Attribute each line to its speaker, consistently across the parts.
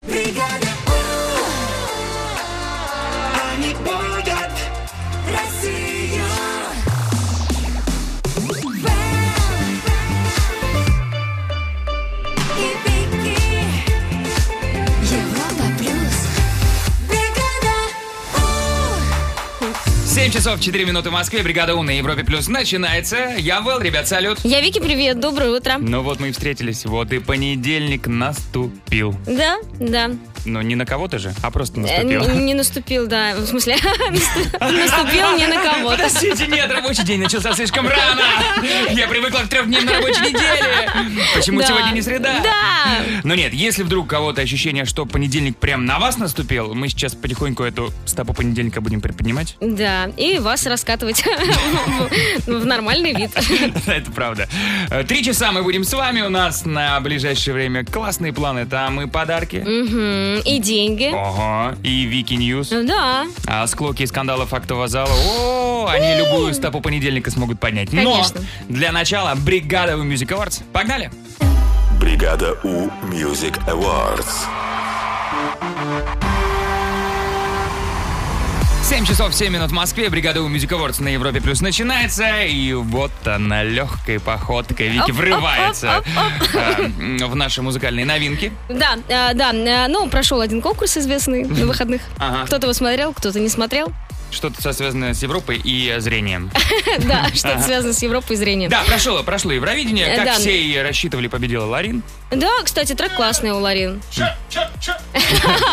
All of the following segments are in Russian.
Speaker 1: oh! Европа плюс. Бригада У.
Speaker 2: 7 часов 4 минуты в Москве. Бригада У на Европе Плюс начинается. Я Вэл, ребят, салют.
Speaker 3: Я Вики, привет, доброе утро.
Speaker 2: Ну вот мы и встретились. Вот и понедельник наступил.
Speaker 3: Да, да.
Speaker 2: Но не на кого-то же, а просто
Speaker 3: Э,
Speaker 2: наступил.
Speaker 3: н- Не наступил, да. В смысле, наступил не на кого-то.
Speaker 2: Подождите, нет, рабочий день начался слишком рано. Я привыкла к трехдневной рабочей неделе. Почему
Speaker 3: Да.
Speaker 2: сегодня не среда?
Speaker 3: Да.
Speaker 2: Но нет, если вдруг у кого-то ощущение, что понедельник прям на вас наступил, мы сейчас потихоньку эту стопу понедельника будем предпринимать.
Speaker 3: Да, и вас раскатывать в нормальный вид.
Speaker 2: Это правда. Э, Три часа мы будем с вами. У нас на ближайшее время классные планы. Там и подарки.
Speaker 3: Мгм, И деньги.
Speaker 2: Ага. И Вики Ньюс.
Speaker 3: Ну Да,
Speaker 2: А склоки и скандалы фактового зала. О, они любую стопу понедельника смогут поднять. Но
Speaker 3: Конечно.
Speaker 2: для начала бригада у Music Awards. Погнали!
Speaker 4: Бригада У Music Awards.
Speaker 2: 7 часов 7 минут в Москве. Бригада у Music Awards на Европе Плюс начинается. И вот она легкой походкой Вики
Speaker 3: Оп, оп,
Speaker 2: врывается
Speaker 3: оп, оп,
Speaker 2: э, м, в наши музыкальные новинки.
Speaker 3: да, э, да. э, Ну, прошел один конкурс известный на выходных.
Speaker 2: Ага.
Speaker 3: Кто-то его смотрел, кто-то не смотрел.
Speaker 2: Что-то со- связанное с Европой и э, зрением.
Speaker 3: Да, что-то связано с Европой и зрением.
Speaker 2: Да, прошло, прошло Евровидение.
Speaker 3: Э,
Speaker 2: Как
Speaker 3: да.
Speaker 2: все и рассчитывали, победила Ларин.
Speaker 3: Да, кстати, трек классный у Ларин.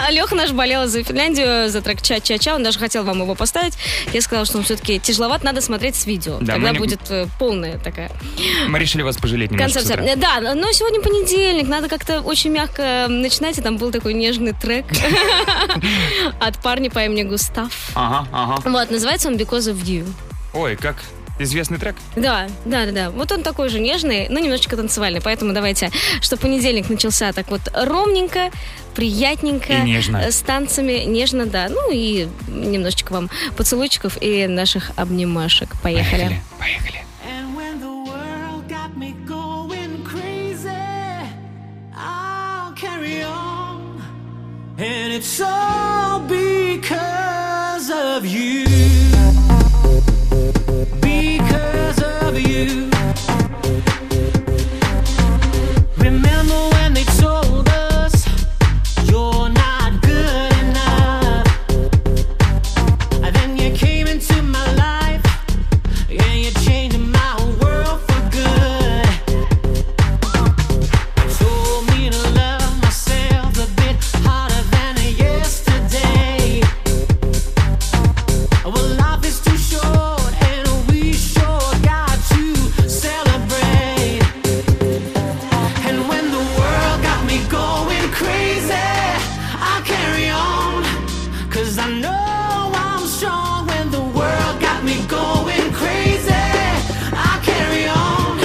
Speaker 3: Леха наш болела за Финляндию, за трек «Ча-ча-ча». Он даже хотел вам его поставить. Я сказала, что он все-таки тяжеловат, надо смотреть с видео.
Speaker 2: Да,
Speaker 3: Тогда
Speaker 2: мы не-
Speaker 3: будет э, полная такая
Speaker 2: Мы решили вас пожалеть немножко с
Speaker 3: концепция.
Speaker 2: утра.
Speaker 3: Э, Да, но сегодня понедельник, надо как-то очень мягко э, начинать. И там был такой нежный трек от парня по имени Густав.
Speaker 2: Ага, ага.
Speaker 3: Вот, называется он «Because of You».
Speaker 2: Ой, как известный трек.
Speaker 3: Да, да, да, да. Вот он такой же нежный, но немножечко танцевальный. Поэтому давайте, чтобы понедельник начался так вот ровненько, приятненько.
Speaker 2: И нежно.
Speaker 3: э, С танцами, нежно, да. Ну и немножечко вам поцелуйчиков и наших обнимашек. Поехали.
Speaker 2: поехали.
Speaker 5: And when the world got me going crazy, I'll carry on. And it's all because of you. Because of you. Remember when they told us you're not good enough? And then you came into my life. Yeah, you changed my world for good. Told me to love myself a bit harder than yesterday. Well, life is too short, and we sure got to celebrate. And when the world got me going crazy, I'll carry on. Cause I know I'm strong when the world got me going crazy. I'll carry on.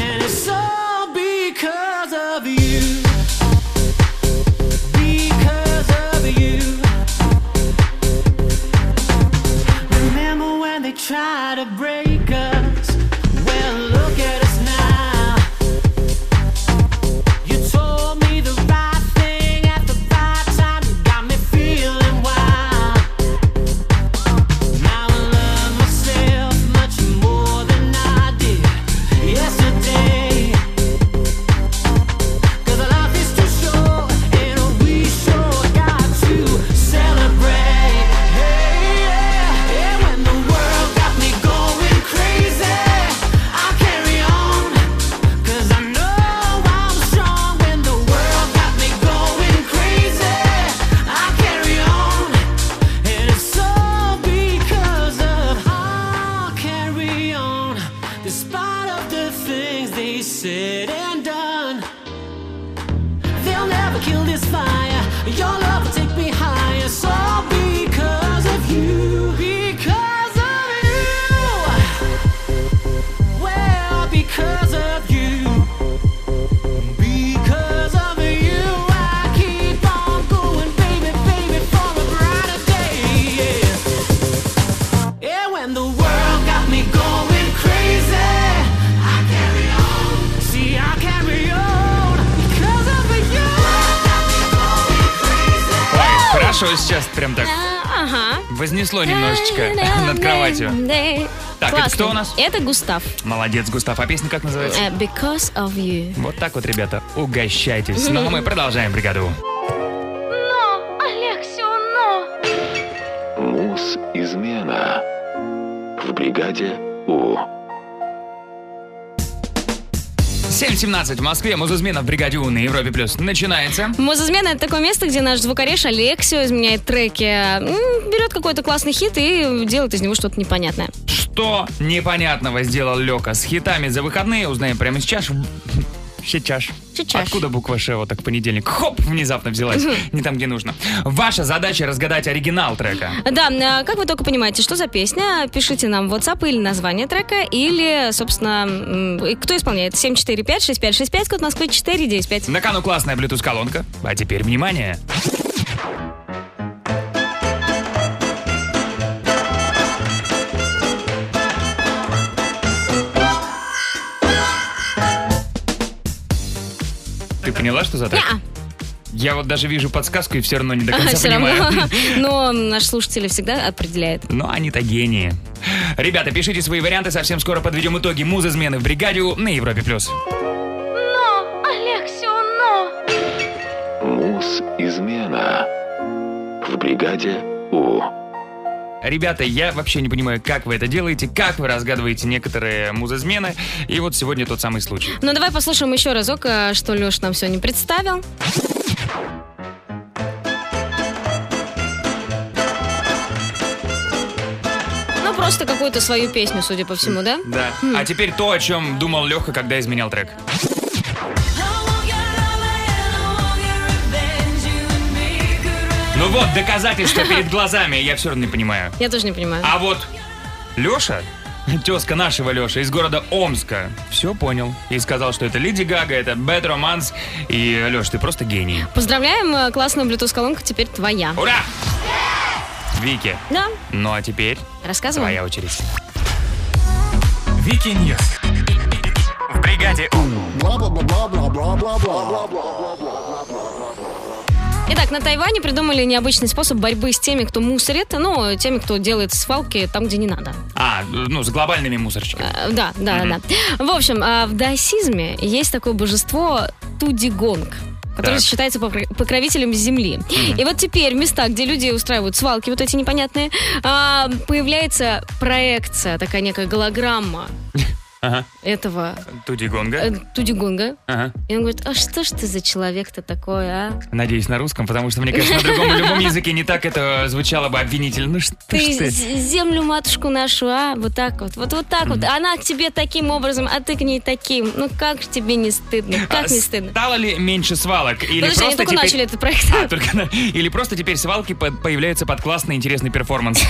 Speaker 5: And it's all because of you. Because of you. Remember when they tried to break us? Well, look at us now. You told me the right thing at the right time. You got me feeling wild. Now I love myself much more than I did yesterday. 'Cause life is too short, and we sure got to celebrate. yeah, when the world got me going crazy, I carry on. Cause I know I'm strong when the world got me going crazy. I carry on, and it's all because of I'll carry on, despite of the things they said and done. They'll never kill this fire. Your love will take me higher. So because of you, because of you. Well, because of you, because of you, I keep on going, baby, baby, for a brighter day. Yeah. Yeah, when the world got me going crazy, I carry on. See, I carry on because of you.
Speaker 2: Ой, хорошо сейчас прям так
Speaker 3: А, Ага.
Speaker 2: вознесло немножечко над кроватью. Так, это
Speaker 3: Классно.
Speaker 2: кто у нас?
Speaker 3: Это Густав.
Speaker 2: Молодец, Густав. А песня как называется?
Speaker 3: Э, Because of you.
Speaker 2: Ну, Вот так вот, ребята, угощайтесь. Но мы продолжаем а бригаду.
Speaker 4: Муз измена в бригаде У.
Speaker 2: 7.17 в Москве. Музызмена в бригаде У на Европе Плюс начинается.
Speaker 3: Мозызмена — это такое место, где наш звукореш Алексио изменяет треки, м, берет какой-то классный хит и делает из него что-то непонятное.
Speaker 2: Что непонятного сделал Лёка с хитами за выходные, узнаем прямо сейчас. Сейчас.
Speaker 3: Сейчас.
Speaker 2: Откуда буква Ш вот так в понедельник? Хоп, внезапно взялась. Не там, где нужно. Ваша задача разгадать оригинал трека.
Speaker 3: Да, а, как вы только понимаете, что за песня, пишите нам в WhatsApp или название трека, или, собственно, м, и кто исполняет? 745-6565, код Москвы 495.
Speaker 2: На кону классная Bluetooth-колонка. А теперь внимание. Ты поняла, что за трек?
Speaker 3: Неа.
Speaker 2: Я вот даже вижу подсказку и все равно не до
Speaker 3: А,
Speaker 2: конца
Speaker 3: все
Speaker 2: понимаю.
Speaker 3: равно. Но наши слушатели всегда определяют.
Speaker 2: Но они-то гении. Ребята, пишите свои варианты, совсем скоро подведем итоги музызмены в бригаде У» на Европе+. плюс.
Speaker 4: Муз измена в бригаде У.
Speaker 2: Ребята, я вообще не понимаю, как вы это делаете, как вы разгадываете некоторые музызмены. И вот сегодня тот самый случай.
Speaker 3: Ну, давай послушаем еще разок, а, что Леш нам сегодня представил. Ну, просто какую-то свою песню, судя по всему, да?
Speaker 2: Да. А теперь то, о чем думал Леха, когда изменял трек. Ну вот, доказательства перед глазами, я все равно не понимаю.
Speaker 3: Я тоже не понимаю.
Speaker 2: А вот Леша, тезка нашего Леша из города Омска, все понял. И сказал, что это Леди Гага, это Bad Romance. И, Леш, ты просто гений.
Speaker 3: Поздравляем, э, классная Bluetooth-колонка теперь твоя.
Speaker 2: Ура! Вики,
Speaker 3: Да,
Speaker 2: ну а теперь
Speaker 3: рассказывай.
Speaker 2: твоя очередь.
Speaker 6: Вики Ньюс. В бригаде У.
Speaker 3: Итак, на Тайване придумали необычный способ борьбы с теми, кто мусорит, ну, теми, кто делает свалки там, где не надо.
Speaker 2: А, ну, с глобальными мусорщиками.
Speaker 3: Э, Да, да, да. В общем, а, в даосизме есть такое божество Тудигонг который
Speaker 2: Так.
Speaker 3: считается покро- покровителем земли. И вот теперь в местах, где люди устраивают свалки, вот эти непонятные, а, появляется проекция, такая некая голограмма
Speaker 2: Ага.
Speaker 3: этого
Speaker 2: Туди
Speaker 3: э,
Speaker 2: Гонга.
Speaker 3: Тудигонга.
Speaker 2: Ага.
Speaker 3: И он говорит, а что ж ты за человек-то такой, а?
Speaker 2: Надеюсь, на русском, потому что, мне кажется, на другом любом языке не так это звучало бы обвинительно. Ну что ж
Speaker 3: Ты
Speaker 2: ты?
Speaker 3: з- землю матушку нашу, а? Вот так вот, вот, вот так вот. Она к тебе таким образом, а ты к ней таким. Ну как ж тебе не стыдно? Как
Speaker 2: А
Speaker 3: не стыдно?
Speaker 2: Стало ли меньше свалок? Или
Speaker 3: Подожди, они
Speaker 2: просто
Speaker 3: только
Speaker 2: теперь...
Speaker 3: начали этот проект.
Speaker 2: А, только на- Или просто теперь свалки по- появляются под классный интересный перформанс.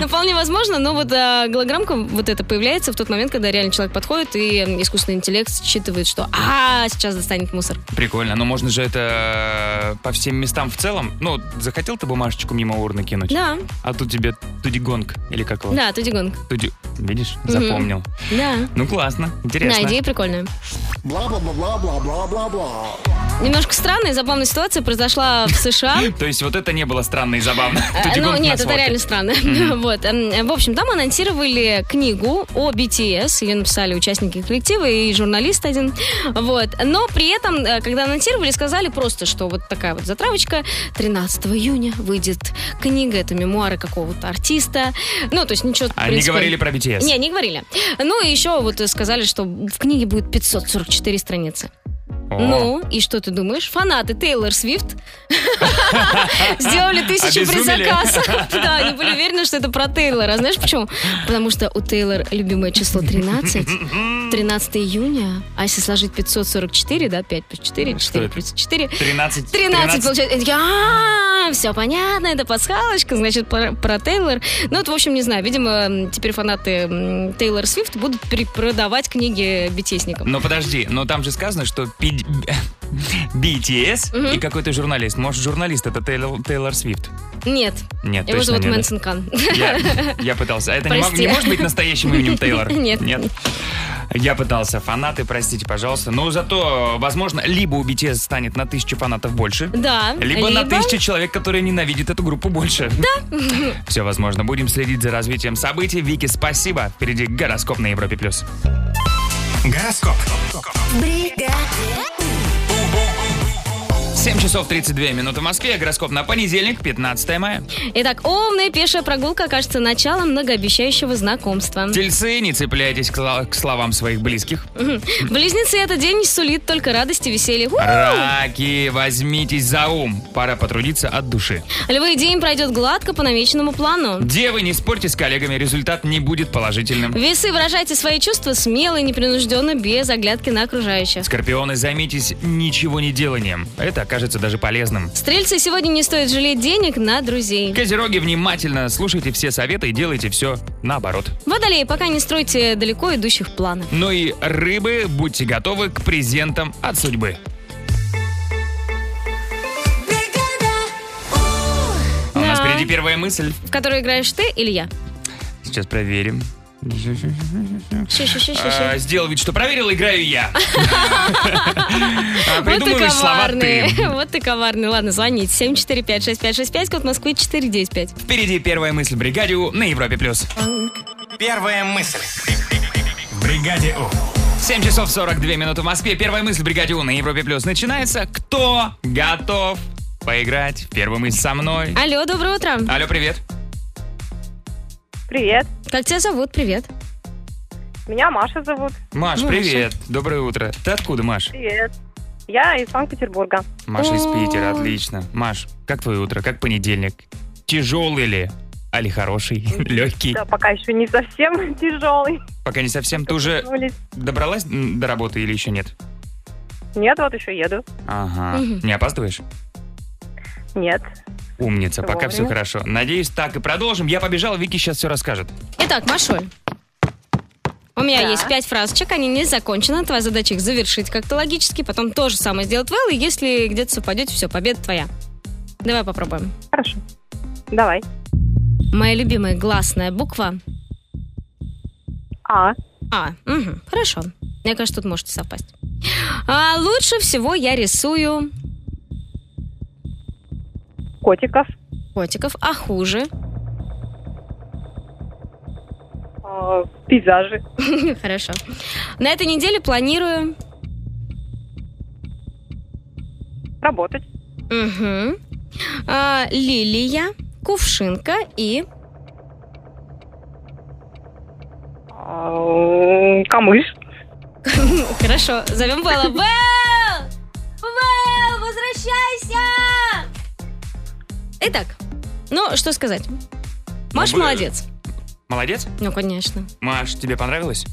Speaker 3: Ну, вполне возможно, но вот а, голограммка вот это появляется в тот момент, когда реально человек подходит, и м, искусственный интеллект считывает, что а сейчас достанет мусор.
Speaker 2: Прикольно, но можно же это э, по всем местам в целом. Ну, захотел ты бумажечку мимо урны кинуть?
Speaker 3: Да,
Speaker 2: А тут тебе Тудигонг, или как его?
Speaker 3: да, Тудигонг.
Speaker 2: Туди- Видишь, запомнил.
Speaker 3: Да.
Speaker 2: Ну, классно, интересно.
Speaker 3: Да, идея прикольная. Немножко странная и забавная ситуация произошла в США.
Speaker 2: То есть вот это не было странно и забавно.
Speaker 3: Э,
Speaker 2: Тутигонг
Speaker 3: Ну,
Speaker 2: на
Speaker 3: нет, это
Speaker 2: свалке.
Speaker 3: реально странно. Вот. эм, В общем, там анонсировали книгу о BTS. Ее написали участники коллектива и журналист один. Вот. Но при этом, э, когда анонсировали, сказали просто, что вот такая вот затравочка. 13 июня выйдет книга. Это мемуары какого-то артиста. Ну, то есть ничего... в
Speaker 2: Они
Speaker 3: принципе,
Speaker 2: говорили про BTS.
Speaker 3: Не, не говорили. Ну, и еще вот э, сказали, что в книге будет 544 страницы.
Speaker 2: О.
Speaker 3: Ну, и что ты думаешь? Фанаты Тейлор Свифт сделали тысячи
Speaker 2: Обезумели.
Speaker 3: предзаказов. Да, они были уверены, что это про Тейлора. А знаешь почему? Потому что у Тейлор любимое число 13. 13 июня. А если сложить 544, да, 5 плюс 4, 4
Speaker 2: это?
Speaker 3: плюс 4.
Speaker 2: 13.
Speaker 3: 13 получается. Я, все понятно, это пасхалочка, значит, про, про Тейлор. Ну, вот, в общем, не знаю, видимо, м, теперь фанаты м, Тейлор Свифт будут перепродавать книги битесникам.
Speaker 2: Но Ну, подожди, но там же сказано, что пи- BTS и какой-то журналист. Может, журналист это Тейлор, Тейлор Свифт?
Speaker 3: Нет,
Speaker 2: Нет,
Speaker 3: его
Speaker 2: точно
Speaker 3: зовут
Speaker 2: не, да.
Speaker 3: Мэнсон Кан.
Speaker 2: Я, я пытался. А это не, мог-
Speaker 3: Прости.
Speaker 2: не может быть настоящим именем Тейлор?
Speaker 3: Нет.
Speaker 2: Нет. Я пытался. Фанаты, простите, пожалуйста. Но зато, возможно, либо у BTS станет на тысячу фанатов больше,
Speaker 3: Да.
Speaker 2: либо, на тысячу человек, которые ненавидят эту группу больше. Да. Все возможно. Будем следить за развитием событий. Вики, спасибо. Впереди гороскоп на Европе+. плюс.
Speaker 6: Гороскоп.
Speaker 1: бригада,
Speaker 2: 7 часов 32 минуты в Москве. Гороскоп на понедельник, 15 мая.
Speaker 3: Итак, умная пешая прогулка окажется началом многообещающего знакомства.
Speaker 2: Тельцы, не цепляйтесь к, сло- к словам своих близких.
Speaker 3: Близнецы этот день сулит только радость и веселье. У!
Speaker 2: Раки, возьмитесь за ум. Пора потрудиться от души.
Speaker 3: Львы день пройдет гладко по намеченному плану.
Speaker 2: Девы, не спорьте с коллегами, результат не будет положительным.
Speaker 3: Весы выражайте свои чувства смело и непринужденно, без оглядки на окружающих.
Speaker 2: Скорпионы, займитесь ничего не деланием. Это окажется даже полезным.
Speaker 3: Стрельцы сегодня не стоит жалеть денег на друзей.
Speaker 2: Козероги, внимательно слушайте все советы и делайте все наоборот.
Speaker 3: Водолеи, пока не стройте далеко идущих планов.
Speaker 2: Ну и рыбы, будьте готовы к презентам от судьбы.
Speaker 1: бригада oh!
Speaker 2: А у нас
Speaker 3: Да.
Speaker 2: впереди первая мысль.
Speaker 3: В которой играешь ты или я?
Speaker 2: Сейчас проверим.
Speaker 3: Ща, ща, ща, ща, ща.
Speaker 2: А, Сделал вид, что проверил, играю я. А
Speaker 3: Вот ты
Speaker 2: Придумываешь слова
Speaker 3: коварный.
Speaker 2: ты.
Speaker 3: Вот ты коварный. Ладно, звоните. 745-6565, код Москвы 495.
Speaker 2: Впереди первая мысль бригадиу на Европе+. плюс.
Speaker 6: Первая мысль. В бригаде У.
Speaker 2: 7 часов 42 минуты в Москве. Первая мысль бригадиу на Европе+. плюс начинается. Кто готов поиграть в первую мысль со мной?
Speaker 3: Алло, доброе утро.
Speaker 2: Алло, привет.
Speaker 7: Привет.
Speaker 3: Как тебя зовут? Привет.
Speaker 7: Меня Маша зовут.
Speaker 2: Маш,
Speaker 3: Ну, Маша.
Speaker 2: привет. Доброе утро. Ты откуда, Маш?
Speaker 7: Привет. Я из Санкт-Петербурга.
Speaker 2: Маша из
Speaker 3: О.
Speaker 2: Питера, отлично. Маш, как твое утро? Как понедельник? Тяжелый ли? Али хороший, легкий.
Speaker 7: Да, пока еще не совсем тяжелый.
Speaker 2: Пока не совсем. Ты уже добралась м, до работы или еще нет?
Speaker 7: Нет, вот еще еду.
Speaker 2: Ага.
Speaker 3: Мгм.
Speaker 2: Не опаздываешь?
Speaker 7: Нет.
Speaker 2: Умница, пока все
Speaker 7: Вовремя.
Speaker 2: хорошо. Надеюсь, так и продолжим. Я побежал, Вики сейчас все расскажет.
Speaker 3: Итак, Машуль. У меня есть пять фразочек, они не закончены. Твоя задача их завершить как-то логически, потом то же самое сделать Вэл, и если где-то совпадете, все, победа твоя. Давай попробуем.
Speaker 7: Хорошо. Давай.
Speaker 3: Моя любимая гласная буква
Speaker 7: А.
Speaker 3: А. мгм, хорошо. Мне кажется, тут можете совпасть. А, лучше всего я рисую
Speaker 7: Котиков.
Speaker 3: котиков, а хуже.
Speaker 7: э, пейзажи.
Speaker 3: Хорошо. На этой неделе планирую.
Speaker 7: Работать.
Speaker 3: Мгм. А, лилия, кувшинка и
Speaker 7: э, камыш.
Speaker 3: Хорошо, зовем Белла. Белл! Белл, возвращайся! Итак, ну, что сказать? Маш
Speaker 2: Ну, Белл.
Speaker 3: молодец.
Speaker 2: Молодец.
Speaker 3: Ну, конечно.
Speaker 2: Маш, тебе понравилось?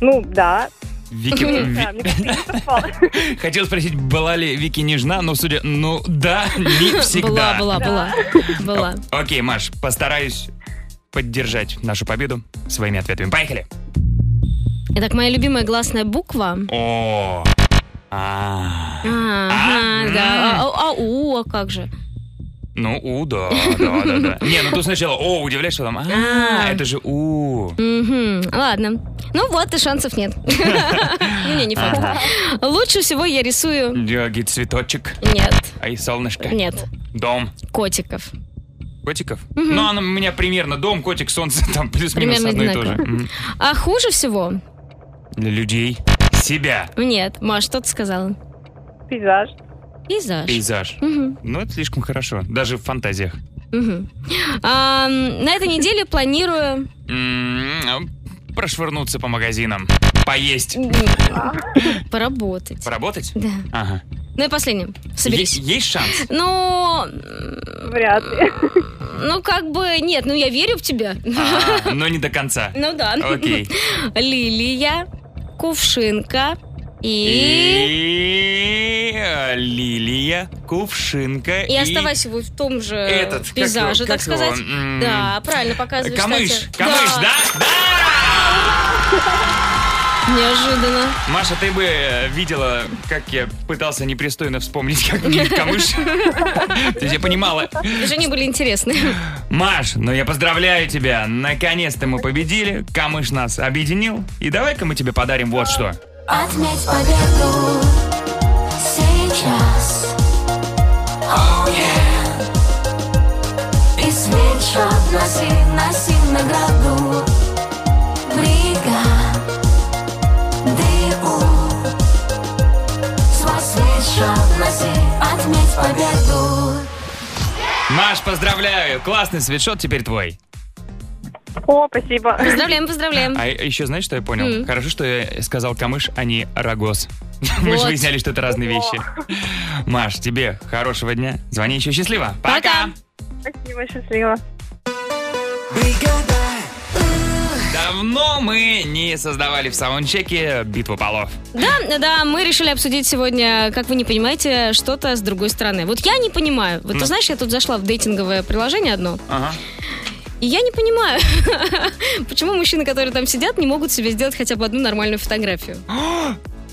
Speaker 7: Ну, да.
Speaker 2: Вики...
Speaker 7: Да,
Speaker 2: Ви-
Speaker 7: мне кажется, не совпало.
Speaker 2: Хотел спросить, была ли Вики нежна, но судя... Ну, да, не всегда.
Speaker 3: Была, была, была. Была.
Speaker 2: О- Окей, Маш, постараюсь поддержать нашу победу своими ответами. Поехали.
Speaker 3: Итак, моя любимая гласная буква.
Speaker 2: О. А.
Speaker 3: Ага,
Speaker 2: А?
Speaker 3: да. А- а- Ау, а как же?
Speaker 2: Ну, у, да, да, да, да. Не, ну тут сначала о, удивляешься там. А,
Speaker 3: А.
Speaker 2: это же у.
Speaker 3: Мгм, ладно. Ну вот, и шансов нет. Ну, не, не факт. Лучше всего я рисую...
Speaker 2: Дёги, цветочек,
Speaker 3: Нет,
Speaker 2: а и солнышко.
Speaker 3: нет,
Speaker 2: Дом.
Speaker 3: котиков.
Speaker 2: Котиков? Ну, она у меня примерно дом, котик, солнце, там плюс-минус
Speaker 3: Примерно
Speaker 2: одно и то же.
Speaker 3: одинаково.
Speaker 2: Мгм.
Speaker 3: А хуже всего...
Speaker 2: Для людей. Себя.
Speaker 3: Нет, Маш, что ты сказала?
Speaker 7: Пейзаж.
Speaker 3: Пейзаж.
Speaker 2: Пейзаж. Ну, это слишком хорошо. Даже в фантазиях.
Speaker 3: Мгм. А, м, на этой неделе планирую...
Speaker 2: М, М-м, а Прошвырнуться по магазинам. Поесть.
Speaker 3: м, Поработать.
Speaker 2: Поработать?
Speaker 3: Да.
Speaker 2: Ага.
Speaker 3: Ну и последнее.
Speaker 2: Е-
Speaker 3: Соберись.
Speaker 2: Есть шанс?
Speaker 3: Ну, м,
Speaker 7: Вряд ли.
Speaker 3: ну как бы нет, ну я верю в тебя.
Speaker 2: А, Но не до конца.
Speaker 3: Ну да.
Speaker 2: Окей.
Speaker 3: Лилия, кувшинка и...
Speaker 2: И э, лилия, кувшинка
Speaker 3: И, оставайся вот в том же
Speaker 2: этот, как
Speaker 3: пейзаже,
Speaker 2: его-
Speaker 3: так
Speaker 2: как его,
Speaker 3: сказать.
Speaker 2: м,
Speaker 3: Да, правильно показываешь,
Speaker 2: Камыш,
Speaker 3: кстати.
Speaker 2: камыш, да?
Speaker 3: Неожиданно.
Speaker 2: Да! Маша, ты бы э, видела, как я пытался непристойно вспомнить, как мне камыш. То есть я понимала.
Speaker 3: Движения были интересны.
Speaker 2: Маш, ну я поздравляю тебя. Наконец-то мы победили. Камыш нас объединил. И давай-ка мы тебе подарим вот что.
Speaker 1: Отметь победу сейчас Oh yeah И свитшот носи, носи награду Бригады У Свой свитшот носи Космосе отметь победу
Speaker 2: Маш, поздравляю! Классный свитшот теперь твой.
Speaker 7: О, спасибо.
Speaker 3: Поздравляем, поздравляем.
Speaker 2: А еще знаешь, что я понял?
Speaker 3: М.
Speaker 2: Хорошо, что я сказал камыш, а не рогоз. Мы же
Speaker 3: Вот.
Speaker 2: выясняли, что это разные вещи. Маш, тебе хорошего дня. Звони еще счастливо.
Speaker 3: Пока.
Speaker 7: Спасибо, счастливо.
Speaker 2: Давно мы не создавали в саундчеке битву полов.
Speaker 3: Да, да, мы решили обсудить сегодня, как вы не понимаете, что-то с другой стороны. Вот я не понимаю. Вот ты
Speaker 2: Ну.
Speaker 3: знаешь, я тут зашла в дейтинговое приложение одно,
Speaker 2: Ага.
Speaker 3: и я не понимаю, почему мужчины, которые там сидят, не могут себе сделать хотя бы одну нормальную фотографию.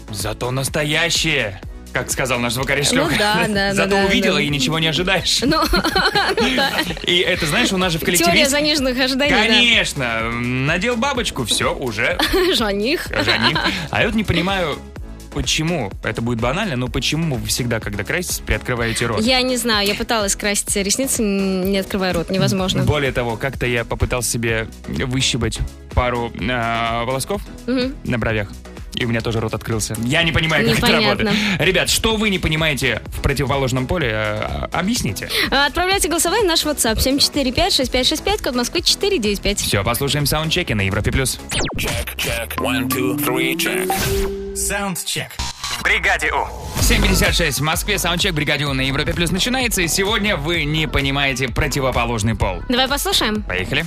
Speaker 2: Зато настоящие, как сказал наш звукорежиссер.
Speaker 3: Ну да, да, да,
Speaker 2: Зато
Speaker 3: да,
Speaker 2: увидела
Speaker 3: да.
Speaker 2: и ничего не ожидаешь.
Speaker 3: Ну, ну да.
Speaker 2: И это, знаешь, у нас же в коллективе...
Speaker 3: Теория заниженных ожиданий,
Speaker 2: Конечно, м, надел бабочку, все, уже
Speaker 3: да. Жених.
Speaker 2: жених. А я вот не понимаю, почему, это будет банально, но почему вы всегда, когда краситесь, приоткрываете рот?
Speaker 3: Я не знаю, я пыталась красить ресницы, н- не открывая рот, невозможно.
Speaker 2: Более того, как-то я попытался себе выщипать пару э, волосков
Speaker 3: Мгм.
Speaker 2: на бровях. И у меня тоже рот открылся. Я не понимаю, как это
Speaker 3: Непонятно.
Speaker 2: работает. Ребят, что вы не понимаете в противоположном поле, э, объясните.
Speaker 3: А, Отправляйте голосование в наш WhatsApp 745-6565, код Москвы 495.
Speaker 2: Все, послушаем саундчеки на Европе+. плюс.
Speaker 6: Саундчек. В бригаде У.
Speaker 2: 7.56 в Москве, саундчек «Бригадио» на Европе Плюс начинается, и сегодня вы не понимаете противоположный пол.
Speaker 3: Давай послушаем.
Speaker 2: Поехали.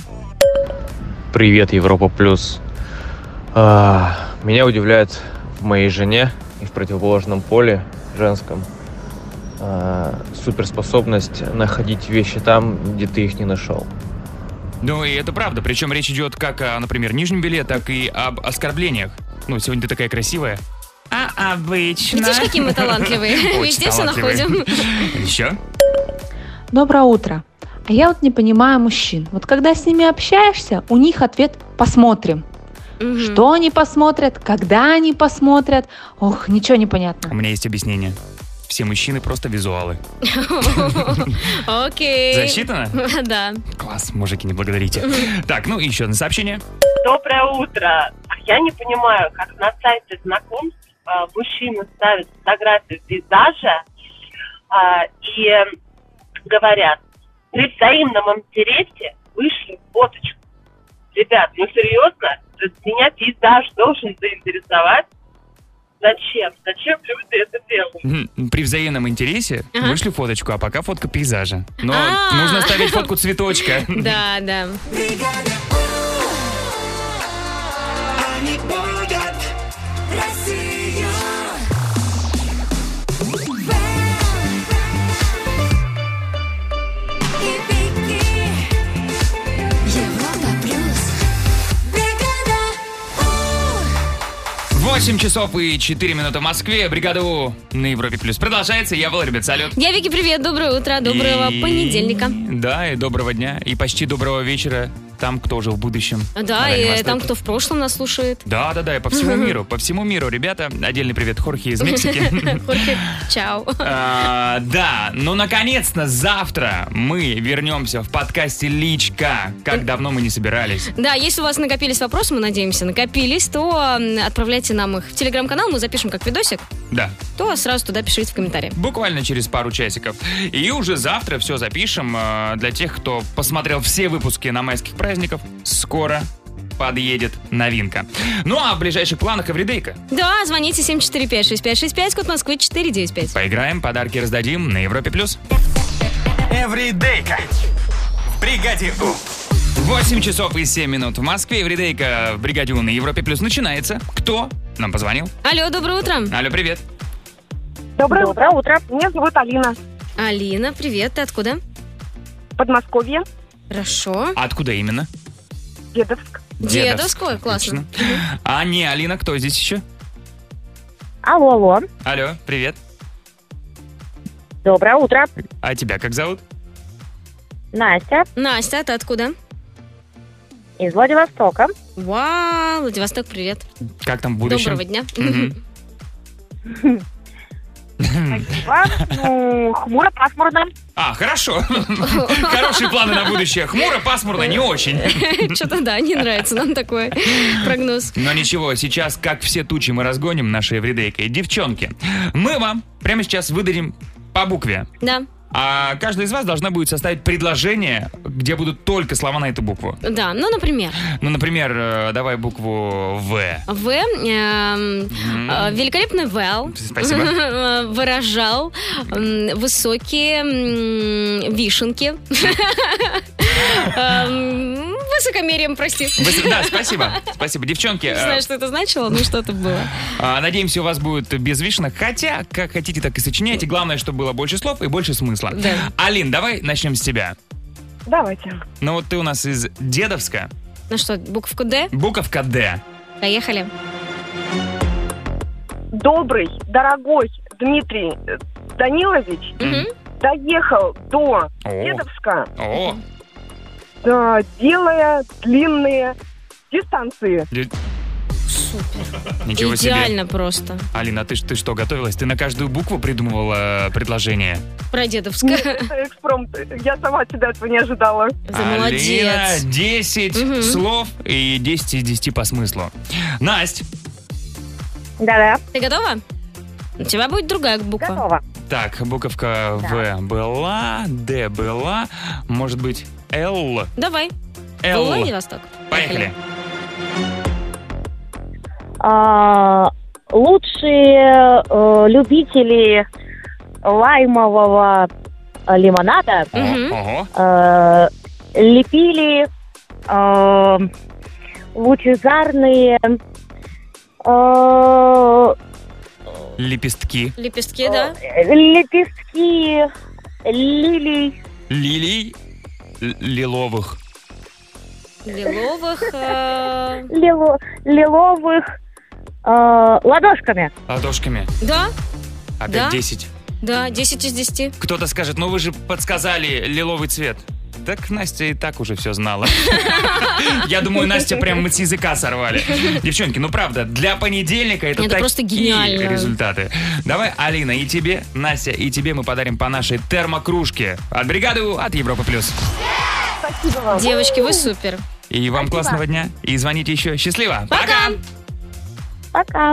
Speaker 8: Привет, Европа Плюс. А, Меня удивляет в моей жене и в противоположном поле женском а, суперспособность находить вещи там, где ты их не нашел.
Speaker 2: Ну и это правда, причем речь идет как о, например, нижнем белье, так и об оскорблениях. Ну, сегодня ты такая красивая. А обычно.
Speaker 3: Видишь, какие мы талантливые.
Speaker 2: Очень
Speaker 3: Везде все
Speaker 2: талантливые.
Speaker 3: находим.
Speaker 2: Еще?
Speaker 9: Доброе утро. А я вот не понимаю мужчин. Вот когда с ними общаешься, у них ответ «посмотрим».
Speaker 3: Мгм.
Speaker 9: Что они посмотрят, когда они посмотрят. Ох, ничего не
Speaker 2: У
Speaker 9: понятно.
Speaker 2: меня есть объяснение. Все мужчины просто визуалы.
Speaker 3: Окей.
Speaker 2: Засчитано?
Speaker 3: Да.
Speaker 2: Класс, мужики, не благодарите. Так, ну и еще одно сообщение.
Speaker 10: Доброе утро. Я не понимаю, как на сайте знакомств а, мужчины ставят фотографию пейзажа а, и э, говорят, при взаимном интересе вышли фоточку. Ребят, ну серьезно, То есть меня пейзаж должен заинтересовать. Зачем? Зачем люди это делают?
Speaker 2: Мгм. При взаимном интересе
Speaker 3: Ага.
Speaker 2: вышли фоточку, а пока фотка пейзажа. Но
Speaker 3: А.
Speaker 2: нужно ставить фотку цветочка.
Speaker 3: Да, да.
Speaker 5: Они будут Россию.
Speaker 1: и пики Европа плюс Бригада У
Speaker 2: 8 часов и 4 минуты в Москве. Бригада У на Европе Плюс продолжается. Я был, ребят, салют.
Speaker 3: Я Вики, привет, доброе утро, доброго
Speaker 2: И-
Speaker 3: понедельника.
Speaker 2: Да, и доброго дня, и почти доброго вечера там, кто уже в будущем.
Speaker 3: Да,
Speaker 2: на Дальнем
Speaker 3: и
Speaker 2: Востоке.
Speaker 3: там, кто в прошлом нас слушает.
Speaker 2: Да, да, да, и по всему миру, по всему миру, ребята. Отдельный привет Хорхе из Мексики.
Speaker 3: Хорхе, Чао.
Speaker 2: А, Да, ну наконец-то завтра мы вернемся в подкасте Личка. Как давно мы не собирались.
Speaker 3: Да, если у вас накопились вопросы, мы надеемся, накопились, то м, отправляйте нам их в телеграм-канал, мы запишем как видосик,
Speaker 2: Да,
Speaker 3: то сразу туда пишите в комментарии.
Speaker 2: буквально через пару часиков. И уже завтра все запишем. э, Для тех, кто посмотрел все выпуски на майских праздников, скоро подъедет новинка. Ну а в ближайших планах Эвридейка.
Speaker 3: Да, звоните 745-6565, код Москвы 495.
Speaker 2: Поиграем, подарки раздадим на Европе+. плюс.
Speaker 6: Эвридейка. В бригаде У.
Speaker 2: 8 часов и 7 минут в Москве. Эвридейка в бригаде У на Европе+. плюс начинается. Кто нам позвонил?
Speaker 3: Алло, доброе утро.
Speaker 2: Алло, привет.
Speaker 7: Доброе, утро. Меня зовут Алина.
Speaker 3: Алина, привет, ты откуда?
Speaker 7: Подмосковье,
Speaker 3: Хорошо.
Speaker 2: А Откуда именно?
Speaker 7: Дедовск.
Speaker 3: Дедовское, классно.
Speaker 2: Отлично. А не Алина, кто здесь еще?
Speaker 7: Алло, алло.
Speaker 2: Алло, привет.
Speaker 7: Доброе утро.
Speaker 2: А тебя как зовут?
Speaker 7: Настя
Speaker 3: Настя, а ты откуда?
Speaker 7: из Владивостока.
Speaker 3: Вау, Владивосток, привет.
Speaker 2: Как там в будущем?
Speaker 3: Доброго дня.
Speaker 2: Мгм.
Speaker 7: Спасибо. Ну, хмуро, пасмурно.
Speaker 2: А, хорошо. Хорошие планы на будущее. Хмуро, пасмурно, не очень.
Speaker 3: Что-то да, не нравится нам такой прогноз.
Speaker 2: Но ничего, сейчас, как все тучи, мы разгоним наши эвридейки. Девчонки, мы вам прямо сейчас выдадим по букве.
Speaker 3: Да,
Speaker 2: А каждая из вас должна будет составить предложение, где будут только слова на эту букву.
Speaker 3: да, ну, например,
Speaker 2: Ну, например, э, давай букву В.
Speaker 3: В, эм, э, великолепный Вэл,
Speaker 2: Спасибо.
Speaker 3: выражал м, высокие м, вишенки, Эм, высокомерием, прости.
Speaker 2: Вы- Да, спасибо. Спасибо. Девчонки,
Speaker 3: Не
Speaker 2: э,
Speaker 3: знаю, что это значило, но что-то было.
Speaker 2: а, надеемся, у вас будет без вишенок. Хотя, как хотите, так и сочиняйте. Главное, чтобы было больше слов и больше смысла.
Speaker 3: Да.
Speaker 2: Алин, давай начнем с тебя.
Speaker 7: Давайте.
Speaker 2: Ну вот ты у нас из Дедовска.
Speaker 3: Ну что, буковку Д,
Speaker 2: Буковка Д.
Speaker 3: поехали.
Speaker 11: Добрый, дорогой Дмитрий э, Данилович доехал до
Speaker 2: О.
Speaker 11: Дедовска,
Speaker 2: О,
Speaker 11: э, делая длинные дистанции.
Speaker 2: лю-
Speaker 3: Супер.
Speaker 2: ничего себе.
Speaker 3: Идеально просто.
Speaker 2: Алина, ты, ж- ты что, готовилась? Ты на каждую букву придумывала э, предложение?
Speaker 11: Нет,
Speaker 3: Прадедовская.
Speaker 11: это экспромт. Я сама от тебя этого не ожидала.
Speaker 3: За молодец.
Speaker 2: Алина, 10
Speaker 3: Мгм.
Speaker 2: слов и 10 из 10 по смыслу. Настя,
Speaker 7: Да-да,
Speaker 3: Ты готова? У тебя будет другая буква.
Speaker 7: готово.
Speaker 2: так, буковка В была, Д была, может быть, Л.
Speaker 3: Давай.
Speaker 2: Л.
Speaker 3: Владивосток. Восток.
Speaker 2: Поехали.
Speaker 7: А, лучшие э, любители лаймового э, лимонада
Speaker 3: Мгм.
Speaker 2: Ого.
Speaker 7: э, лепили э, лучезарные э,
Speaker 2: Лепестки.
Speaker 3: Лепестки, да?
Speaker 7: лепестки лилий.
Speaker 2: Лилий. л- Лиловых.
Speaker 3: Лиловых. э,
Speaker 7: лило- лиловых э, ладошками.
Speaker 2: Ладошками.
Speaker 3: Да, Да.
Speaker 2: Опять 10.
Speaker 3: да, 10 из 10.
Speaker 2: Кто-то скажет, ну вы же подсказали лиловый цвет. Так Настя и так уже все знала. Я думаю, Настя прям мы с языка сорвали. Девчонки, ну правда, для понедельника это,
Speaker 3: Это
Speaker 2: такие
Speaker 3: просто гениально.
Speaker 2: результаты. Давай, Алина, и тебе, Настя, и тебе мы подарим по нашей термокружке от бригады У, от Европы плюс.
Speaker 11: Спасибо вам.
Speaker 3: Девочки, вы супер.
Speaker 2: И вам классного дня. И звоните еще. Счастливо.
Speaker 3: Пока!
Speaker 7: Пока.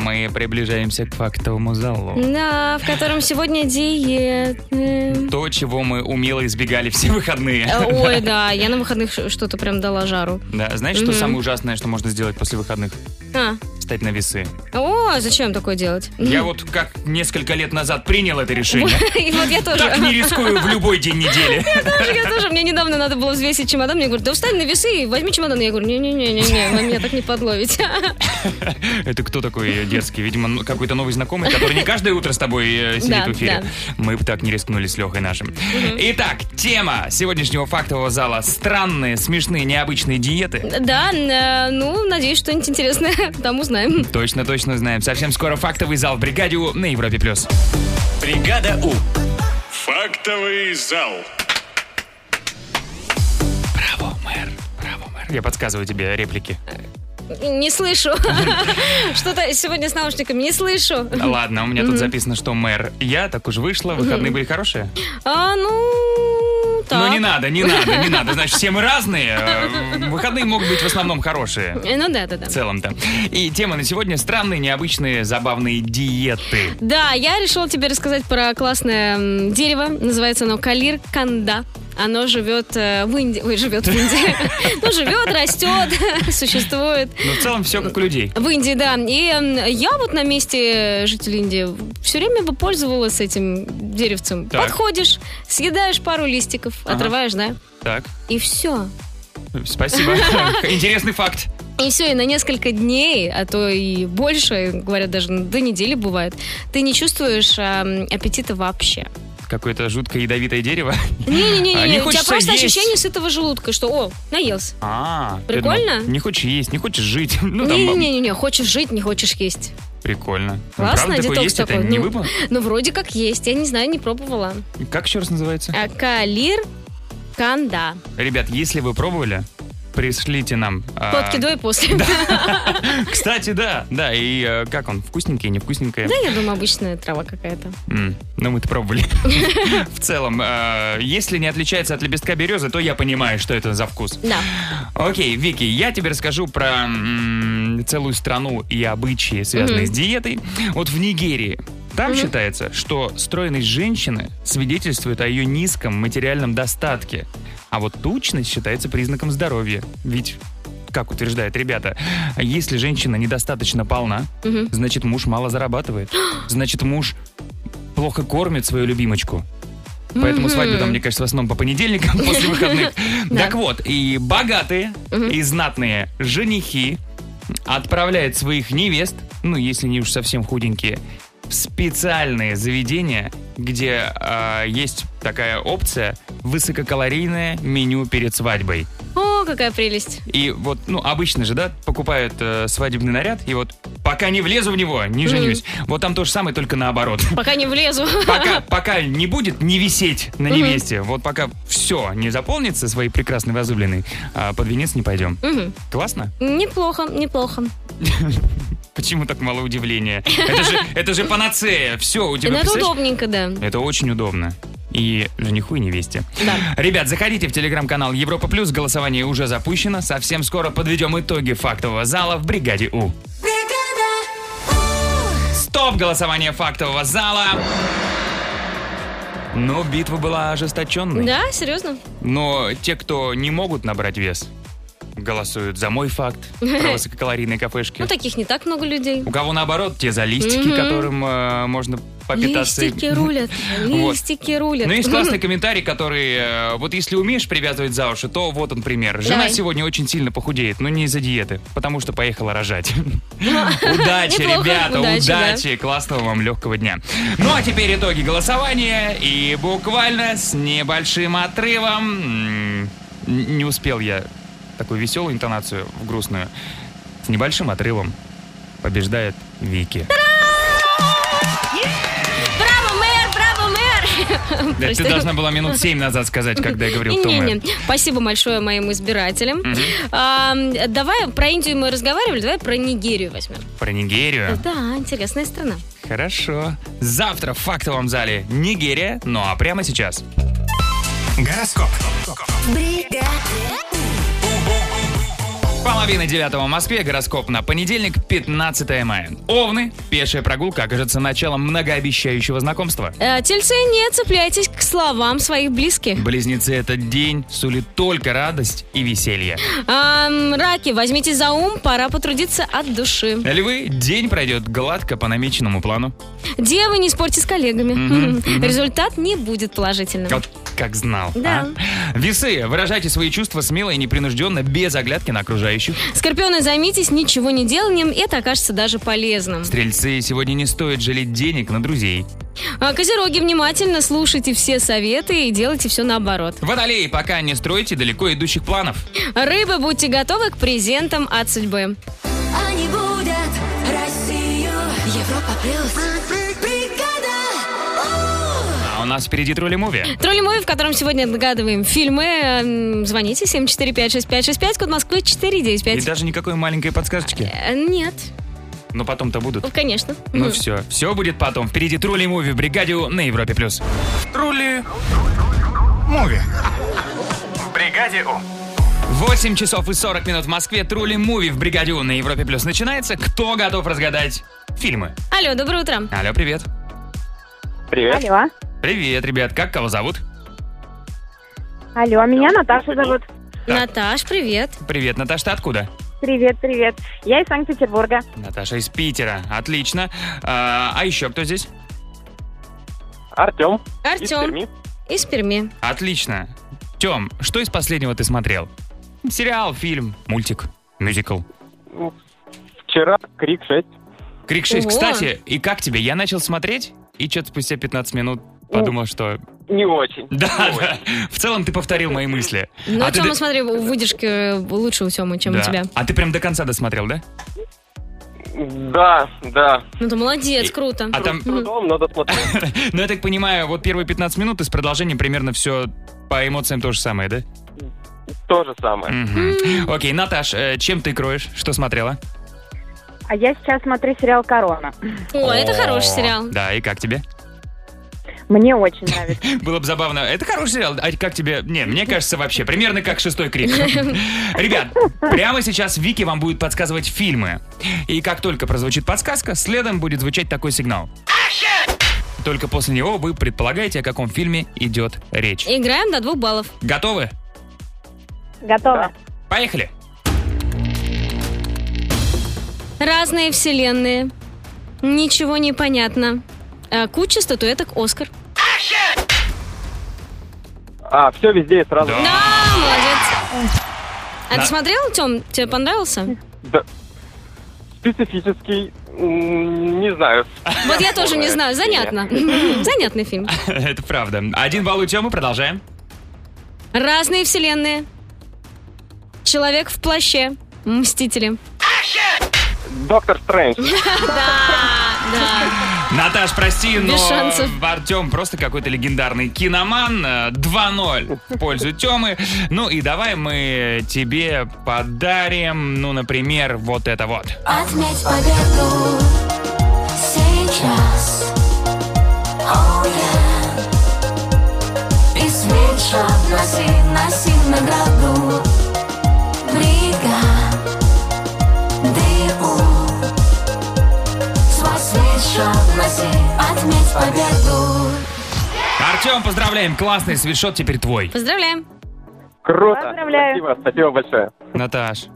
Speaker 2: Мы приближаемся к фактовому залу.
Speaker 3: Да, в котором сегодня диеты.
Speaker 2: То, чего мы умело избегали все выходные.
Speaker 3: Э, Ой, да, я на выходных ш- что-то прям дала жару.
Speaker 2: Да, знаешь, что
Speaker 3: Мгм.
Speaker 2: самое ужасное, что можно сделать после выходных?
Speaker 3: А,
Speaker 2: Встать на весы.
Speaker 3: о, зачем такое делать?
Speaker 2: Я вот как несколько лет назад принял это решение.
Speaker 3: И вот я тоже.
Speaker 2: Так не рискую в любой день недели.
Speaker 3: Тоже, я тоже. Мне недавно надо было взвесить чемодан. Мне говорят, да встань на весы и возьми чемодан. Я говорю, не-не-не-не, вы меня так не подловите.
Speaker 2: Это кто такой э, детский? Видимо, ну, какой-то новый знакомый, который не каждое утро с тобой э, сидит
Speaker 3: Да,
Speaker 2: в эфире.
Speaker 3: да.
Speaker 2: Мы бы так не рискнули с Лехой нашим. Итак, тема сегодняшнего фактового зала. Странные, смешные, необычные диеты.
Speaker 3: Да, э, ну, надеюсь, что-нибудь интересное там узнаем.
Speaker 2: Точно, точно знаем. Совсем скоро фактовый зал в бригаде У на Европе плюс.
Speaker 6: Бригада У.
Speaker 12: Фактовый зал.
Speaker 2: Браво, мэр. Браво, мэр. Я подсказываю тебе реплики.
Speaker 3: Не слышу. Что-то сегодня с наушниками не слышу.
Speaker 2: Ладно, у меня тут записано, что мэр. Я так уж вышла. Выходные были хорошие.
Speaker 3: А, ну, так.
Speaker 2: Ну не надо, не надо, не надо. Значит, все мы разные. Э, Выходные могут быть в основном хорошие.
Speaker 3: Э, Ну да, да, да.
Speaker 2: В целом-то. И тема на сегодня странные, необычные, забавные диеты.
Speaker 3: Да, я решила тебе рассказать про классное м, дерево. Называется оно калир канда. Оно живет э, в Индии. Ой, живет в Индии. Ну, живет, растет, существует.
Speaker 2: Но в целом все как у людей.
Speaker 3: В Индии, да. И м, я вот на месте жителей Индии все время бы пользовалась этим деревцем.
Speaker 2: Так.
Speaker 3: Подходишь, съедаешь пару листиков,
Speaker 2: Ага.
Speaker 3: отрываешь, да,
Speaker 2: Так,
Speaker 3: и все.
Speaker 2: спасибо. Интересный факт.
Speaker 3: И все, и на несколько дней, а то и больше, говорят, даже ну, до недели бывает, ты не чувствуешь ам, аппетита вообще.
Speaker 2: Какое-то жутко ядовитое дерево.
Speaker 3: Не-не-не,
Speaker 2: А, не
Speaker 3: у тебя
Speaker 2: хочется
Speaker 3: просто
Speaker 2: есть.
Speaker 3: ощущение сытого желудка, что о, наелся.
Speaker 2: А, я
Speaker 3: Прикольно?
Speaker 2: думал, Не хочешь есть, не хочешь жить. Ну там б-
Speaker 3: Не-не-не, хочешь жить, не хочешь есть.
Speaker 2: прикольно. Ну,
Speaker 3: Классно,
Speaker 2: Правда, такое
Speaker 3: детокс
Speaker 2: есть? Это
Speaker 3: такой,
Speaker 2: не
Speaker 3: ну.
Speaker 2: выпало?
Speaker 3: Ну, вроде как есть, я не знаю, не пробовала.
Speaker 2: Как еще раз называется?
Speaker 3: А, Калир канда.
Speaker 2: Ребят, если вы пробовали, пришлите нам... а,
Speaker 3: Фотки до и после.
Speaker 2: Кстати, да, да, и э, как он, вкусненький, невкусненький?
Speaker 3: Да, Ну, я думаю, обычная трава какая-то.
Speaker 2: М, Ну, мы-то пробовали. В целом, э, если не отличается от лепестка березы, то я понимаю, что это за вкус.
Speaker 3: Да.
Speaker 2: Окей, Вики, я тебе расскажу про м, целую страну и обычаи, связанные
Speaker 13: Мгм.
Speaker 2: с диетой. Вот в Нигерии. Там считается, что стройность женщины свидетельствует о ее низком материальном достатке. А вот тучность считается признаком здоровья. Ведь, как утверждают ребята, если женщина недостаточно полна,
Speaker 3: Мгм.
Speaker 2: значит муж мало зарабатывает. Значит муж плохо кормит свою любимочку. Поэтому
Speaker 13: Мгм.
Speaker 2: свадьбы там, мне кажется, в основном по понедельникам после выходных.
Speaker 13: Да.
Speaker 2: Так вот, и богатые, и знатные женихи отправляют своих невест, ну, если не уж совсем худенькие, в специальные заведения, где а, есть такая опция высококалорийное меню перед свадьбой.
Speaker 3: О, какая прелесть.
Speaker 2: И вот, ну, обычно же, да, покупают э, свадебный наряд, и вот пока не влезу в него, не женюсь. Вот там то же самое, только наоборот.
Speaker 3: Пока не влезу.
Speaker 2: Пока, пока не будет не висеть на
Speaker 3: Мгм.
Speaker 2: невесте, вот пока все не заполнится своей прекрасной возлюбленной, а, под венец не пойдем.
Speaker 3: Мгм.
Speaker 2: Классно?
Speaker 3: Неплохо, неплохо.
Speaker 2: Почему так мало удивления? Это же, это же панацея. Все, у тебя
Speaker 3: Это
Speaker 2: представляешь?
Speaker 3: удобненько, да.
Speaker 2: Это очень удобно. И жениху, и невесте. Ребят, заходите в телеграм-канал Европа Плюс. Голосование уже запущено. Совсем скоро подведем итоги фактового зала в бригаде У. Стоп! Голосование фактового зала. Но битва была ожесточенной.
Speaker 3: Да, серьезно?
Speaker 2: Но те, кто не могут набрать вес, голосуют за мой факт про высококалорийные кафешки.
Speaker 3: Ну, таких не так много людей.
Speaker 2: У кого наоборот, те за листики,
Speaker 3: Мгм.
Speaker 2: которым э, можно попитаться.
Speaker 3: Листики рулят,
Speaker 2: Вот.
Speaker 3: листики рулят.
Speaker 2: Ну, есть классный комментарий, который, э, вот если умеешь привязывать за уши, то вот он пример. Жена
Speaker 3: Давай.
Speaker 2: сегодня очень сильно похудеет, но не из-за диеты, потому что поехала рожать. Удачи,
Speaker 13: Ну, Неплохо.
Speaker 2: ребята,
Speaker 13: Удачи, да.
Speaker 2: удачи, классного вам легкого дня. Ну, а теперь итоги голосования, и буквально с небольшим отрывом... м, н- Не успел я такую веселую интонацию в грустную. С небольшим отрывом побеждает Вики.
Speaker 3: Браво, мэр, браво, мэр!
Speaker 2: Да,
Speaker 3: Просто-
Speaker 2: ты должна была минут семь назад сказать, когда я говорил, кто
Speaker 3: Не-не-не.
Speaker 2: мы.
Speaker 3: Спасибо большое моим избирателям.
Speaker 2: Мгм.
Speaker 3: А, Давай про Индию мы разговаривали, давай про Нигерию возьмем.
Speaker 2: Про Нигерию.
Speaker 3: Да, интересная страна.
Speaker 2: Хорошо. Завтра в фактовом зале Нигерия, ну а прямо сейчас. Гороскоп. Половина девятого в Москве, гороскоп на понедельник, 15 мая. Овны, пешая прогулка окажется началом многообещающего знакомства.
Speaker 3: Э, Тельцы, не цепляйтесь к словам своих близких.
Speaker 2: Близнецы этот день сулит только радость и веселье.
Speaker 3: Ам, Раки, возьмите за ум, пора потрудиться от души.
Speaker 2: Львы, день пройдет гладко по намеченному плану.
Speaker 3: Девы, не спорьте с коллегами.
Speaker 2: Мгм, мгм.
Speaker 3: Результат не будет положительным.
Speaker 2: Вот как знал.
Speaker 3: Да.
Speaker 2: а? Весы, выражайте свои чувства смело и непринужденно, без оглядки на окружающих.
Speaker 3: Скорпионы, займитесь ничего не деланием, это окажется даже полезным.
Speaker 2: Стрельцы, сегодня не стоит жалеть денег на друзей.
Speaker 3: А, Козероги, внимательно слушайте все советы и делайте все наоборот.
Speaker 2: Водолеи, пока не стройте далеко идущих планов.
Speaker 3: Рыбы, будьте готовы к презентам от судьбы.
Speaker 1: Они будут Россию. Европа плюс. Бригада.
Speaker 2: А у нас впереди тролли муви.
Speaker 3: Тролли Муви, в котором сегодня отгадываем фильмы. Эм, Звоните 7456565, код Москвы
Speaker 2: И
Speaker 3: 495.
Speaker 2: даже никакой маленькой подсказочки.
Speaker 3: Э, Нет,
Speaker 2: Но потом-то будут.
Speaker 3: Ну, конечно.
Speaker 2: Ну
Speaker 3: Мгм.
Speaker 2: все, все будет потом. Впереди тролли муви в бригаде У на Европе плюс. Трули муви.
Speaker 6: Бригаде У.
Speaker 2: 8 часов и 40 минут в Москве. Трули муви в бригаде У на Европе плюс начинается. Кто готов разгадать фильмы?
Speaker 3: Алло, доброе утро.
Speaker 2: Алло, привет. Привет. Привет, ребят. Как кого зовут?
Speaker 7: Алло, меня Наташа зовут.
Speaker 3: Наташ, привет.
Speaker 2: Привет, Наташа, ты откуда?
Speaker 7: Привет, привет. Я из Санкт-Петербурга.
Speaker 2: Наташа из Питера. Отлично. А, а еще кто здесь? Артем.
Speaker 3: Артем. Из Перми.
Speaker 2: Отлично. Тем, что из последнего ты смотрел? Сериал, фильм, мультик, мюзикл.
Speaker 14: Вчера Крик 6.
Speaker 2: Крик 6.
Speaker 14: Ого.
Speaker 2: Кстати, и как тебе? Я начал смотреть, и что-то спустя 15 минут подумал, что...
Speaker 14: Не очень.
Speaker 2: Да, да. В целом ты повторил мои мысли.
Speaker 3: Ну,
Speaker 2: А ты
Speaker 3: Тёма,
Speaker 2: до-
Speaker 3: смотри, у- выдержки э, лучше у Тёмы, чем у
Speaker 2: Да.
Speaker 3: тебя.
Speaker 2: А ты прям до конца досмотрел, да?
Speaker 14: Да, да.
Speaker 3: Ну, ты молодец, круто.
Speaker 2: А там...
Speaker 3: Мгм.
Speaker 14: надо смотреть.
Speaker 2: Ну, я так понимаю, вот первые 15 минут из продолжения примерно все по эмоциям то же самое, да?
Speaker 14: То же самое.
Speaker 3: Хм.
Speaker 2: Мгм. Окей, Наташ, э, чем ты кроешь? Что смотрела?
Speaker 7: А я сейчас смотрю сериал «Корона».
Speaker 3: О, это хороший
Speaker 2: О,
Speaker 3: сериал.
Speaker 2: Да, и как тебе?
Speaker 7: Мне очень нравится.
Speaker 2: Было бы забавно. Это хороший сериал. А как тебе? Не, мне кажется, вообще. Примерно как «Шестой крик». Ребят, прямо сейчас Вики вам будет подсказывать фильмы. И как только прозвучит подсказка, следом будет звучать такой сигнал. Только после него вы предполагаете, о каком фильме идет речь.
Speaker 3: Играем до двух баллов.
Speaker 2: Готовы?
Speaker 7: Готово.
Speaker 2: Поехали!
Speaker 3: Разные вселенные. Ничего не понятно. Э, Куча статуэток Оскар.
Speaker 14: А, все везде и сразу.
Speaker 3: Да, А, молодец. А
Speaker 14: Да.
Speaker 3: ты смотрел, Тем? Тебе понравился?
Speaker 14: Специфический, м, не знаю.
Speaker 3: Вот я тоже не знаю. Занятно. Занятный фильм.
Speaker 2: Это правда. Один балл у Тёмы, продолжаем.
Speaker 3: Разные вселенные. Человек в плаще. Мстители.
Speaker 14: Доктор Стрэндж.
Speaker 3: Да,
Speaker 2: Наташ, прости,
Speaker 3: Без
Speaker 2: но
Speaker 3: шансов.
Speaker 2: Артем просто какой-то легендарный киноман. Э, 2-0 в пользу Темы. Ну и давай мы тебе подарим, ну, например, вот это вот.
Speaker 1: Отметь победу сейчас. Oh, yeah. И свечу носи, носи награду. Брига, ДУ. Свой свечу носи, отметь победу.
Speaker 2: Артем, поздравляем, классный свитшот теперь твой.
Speaker 3: Поздравляем.
Speaker 14: Круто.
Speaker 7: Поздравляю.
Speaker 14: Спасибо, спасибо большое.
Speaker 2: Наташ,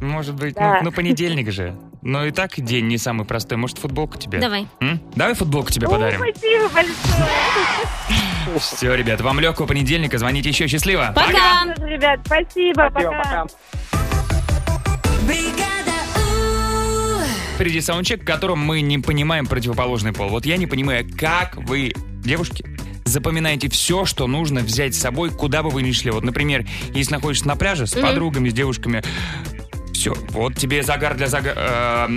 Speaker 2: может быть,
Speaker 14: Да.
Speaker 2: ну, ну, понедельник же. Ну и так день не самый простой. Может, футболку тебе?
Speaker 7: Давай.
Speaker 2: М? Давай футболку тебе подарим.
Speaker 7: Спасибо большое.
Speaker 2: Все, ребят, вам легкого понедельника. Звоните еще. Счастливо.
Speaker 7: Пока. Ребят, спасибо. Пока.
Speaker 2: Впереди саундчек, в котором мы не понимаем противоположный пол. Вот я не понимаю, как вы, девушки, запоминаете все, что нужно взять с собой, куда бы вы ни шли. Вот, например, если находишься на пляже с
Speaker 3: Мгм.
Speaker 2: подругами, с девушками, все, вот тебе загар для э, загара.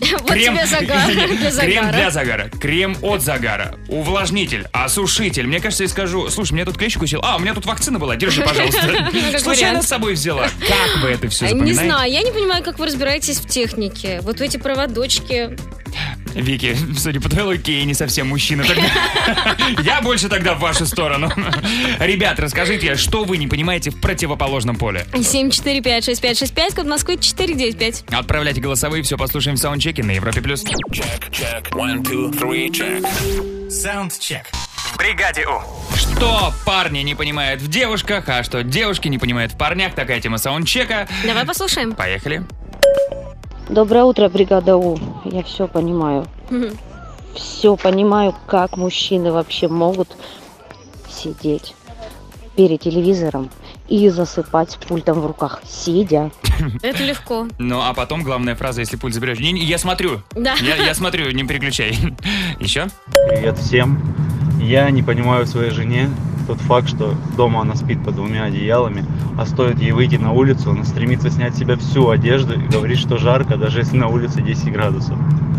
Speaker 3: Вот тебе загар а? для
Speaker 2: Крем
Speaker 3: загара.
Speaker 2: для загара, крем от загара, увлажнитель, осушитель. Мне кажется, я скажу, слушай, мне тут клещик укусил. А, у меня тут вакцина была, держи, пожалуйста.
Speaker 3: Ну, Как
Speaker 2: Случайно
Speaker 3: вариант. А,
Speaker 2: с собой взяла. Как вы это все
Speaker 3: Э, Не
Speaker 2: запоминаете?
Speaker 3: знаю, я не понимаю, как вы разбираетесь в технике. Вот эти проводочки.
Speaker 2: Вики, судя по твоей логике, я не совсем мужчина тогда. Я больше тогда в вашу сторону. Ребят, расскажите, что вы не понимаете в противоположном поле?
Speaker 3: 7456565, код Москвы 495.
Speaker 2: Отправляйте голосовые, все послушаем в саундчеке на Европе+. плюс.
Speaker 6: Саундчек. В бригаде У.
Speaker 2: Что парни не понимают в девушках, а что девушки не понимают в парнях, такая тема саундчека.
Speaker 3: Давай послушаем.
Speaker 2: Поехали.
Speaker 13: Доброе утро, бригада У. Я все понимаю. Все понимаю, как мужчины вообще могут сидеть перед телевизором и засыпать с пультом в руках, сидя.
Speaker 3: Это легко.
Speaker 2: Ну, а потом главная фраза, если пульт заберешь. Не, не, я смотрю.
Speaker 3: Да.
Speaker 2: Я, я смотрю, не переключай. Еще?
Speaker 15: Привет всем. Я не понимаю в своей жене тот факт, что дома она спит под двумя одеялами, а стоит ей выйти на улицу, она стремится снять с себя всю одежду и говорит, что жарко, даже если на улице 10 градусов.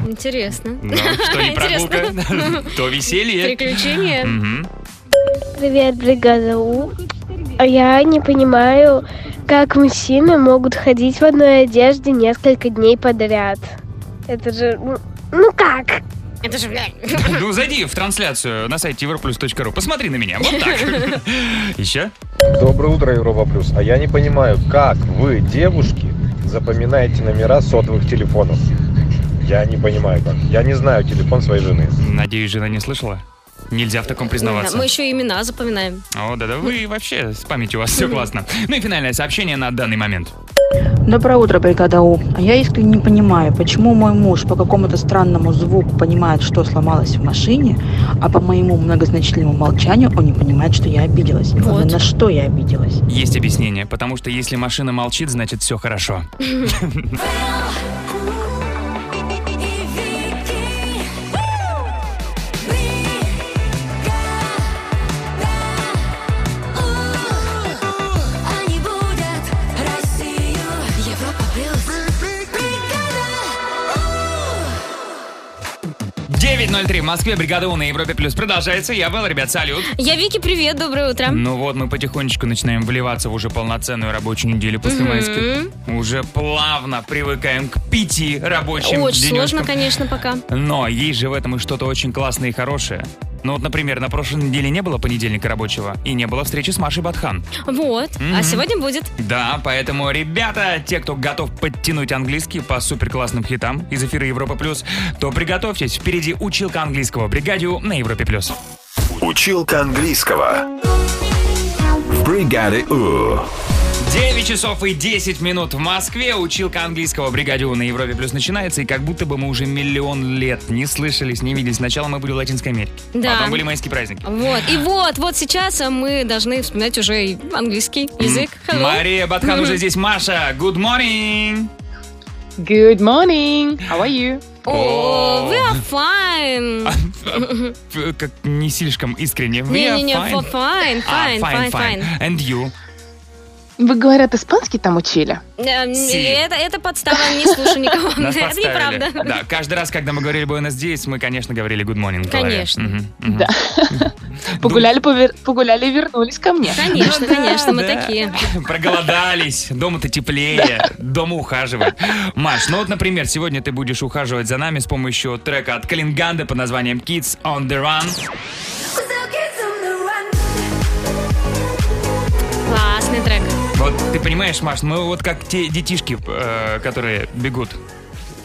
Speaker 3: Интересно.
Speaker 2: Ну, что не прогулка,
Speaker 3: Интересно.
Speaker 2: то веселье.
Speaker 3: Приключения.
Speaker 2: Мгм.
Speaker 16: Привет, бригада У. А Я не понимаю, как мужчины могут ходить в одной одежде несколько дней подряд. Это же, ну, ну как?
Speaker 3: Это же, блядь.
Speaker 2: Ну, зайди в трансляцию на сайте europlus.ru. Посмотри на меня. Вот так. Еще?
Speaker 17: Доброе утро, Европа Плюс. А я не понимаю, как вы, девушки, запоминаете номера сотовых телефонов? Я не понимаю как. Я не знаю телефон своей жены.
Speaker 2: Надеюсь, жена не слышала? Нельзя в таком
Speaker 3: Мы
Speaker 2: признаваться.
Speaker 3: еще и имена запоминаем.
Speaker 2: О, да-да, вы вообще с памятью у вас все классно. Ну и финальное сообщение на данный момент.
Speaker 18: Доброе утро, бригада У. А Я искренне не понимаю, почему мой муж по какому-то странному звуку понимает, что сломалось в машине, а по моему многозначительному молчанию он не понимает, что я обиделась. И главное, на что я обиделась.
Speaker 2: Есть объяснение, потому что если машина молчит, значит все хорошо.
Speaker 1: Они будут Россию, Европа плюс. Бригада.
Speaker 2: 9.03 Москве. Бригада У на Европе Плюс продолжается. Я был, ребят, салют.
Speaker 3: Я Вики, привет, доброе утро.
Speaker 2: Ну вот, мы потихонечку начинаем вливаться в уже полноценную рабочую неделю после
Speaker 3: Мгм.
Speaker 2: майских. Уже плавно привыкаем к пяти рабочим
Speaker 3: Очень сложно,
Speaker 2: денёчкам.
Speaker 3: конечно, пока.
Speaker 2: Но есть же в этом и что-то очень классное и хорошее. Ну вот, например, на прошлой неделе не было понедельника рабочего и не было встречи с Машей Батхан.
Speaker 3: Вот. А
Speaker 2: Мгм.
Speaker 3: сегодня будет.
Speaker 2: Да, поэтому, ребята, те, кто готов подтянуть английский по супер классным хитам из эфира Европа Плюс, то приготовьтесь, впереди училка английского бригадию на Европе Плюс.
Speaker 19: Училка английского. В бригаде У.
Speaker 2: 9 часов и 10 минут в Москве. Училка английского бригадио на Европе Плюс начинается, и как будто бы мы уже миллион лет не слышались, не виделись. Сначала мы были в Латинской Америке, а
Speaker 3: Да.
Speaker 2: потом были майские праздники.
Speaker 3: Вот. И вот, вот сейчас а, мы должны вспоминать уже и английский язык. Hello.
Speaker 2: Мария Батхан
Speaker 3: Мгм.
Speaker 2: уже здесь. Маша, good morning!
Speaker 20: Good morning. How are you?
Speaker 3: О, we are fine.
Speaker 2: Ф- Как не слишком искренне. А, We are
Speaker 3: Не-не-не,
Speaker 2: fine.
Speaker 3: fo- fine,
Speaker 2: А,
Speaker 3: fine, fine, fine.
Speaker 2: And you?
Speaker 20: Вы, говорят, испанский там учили?
Speaker 3: Эм,
Speaker 2: Си.
Speaker 3: Это, это подстава, не слушай никого.
Speaker 2: Нас
Speaker 3: Это
Speaker 2: подставили.
Speaker 3: неправда.
Speaker 2: Да, каждый раз, когда мы говорили Буэнос Диэс, мы, конечно, говорили good morning. Клаве.
Speaker 20: Конечно.
Speaker 2: Мгм, мгм. Ну,
Speaker 20: Погуляли, повер- погуляли и вернулись ко мне.
Speaker 3: Конечно, конечно, мы
Speaker 2: да.
Speaker 3: такие.
Speaker 2: Проголодались, дома-то теплее, дома ухаживают. Маш, ну вот, например, сегодня ты будешь ухаживать за нами с помощью трека от Калинганда под названием Kids on the Run.
Speaker 3: Классный трек.
Speaker 2: Вот ты понимаешь, Маш, мы вот как те детишки, э, которые бегут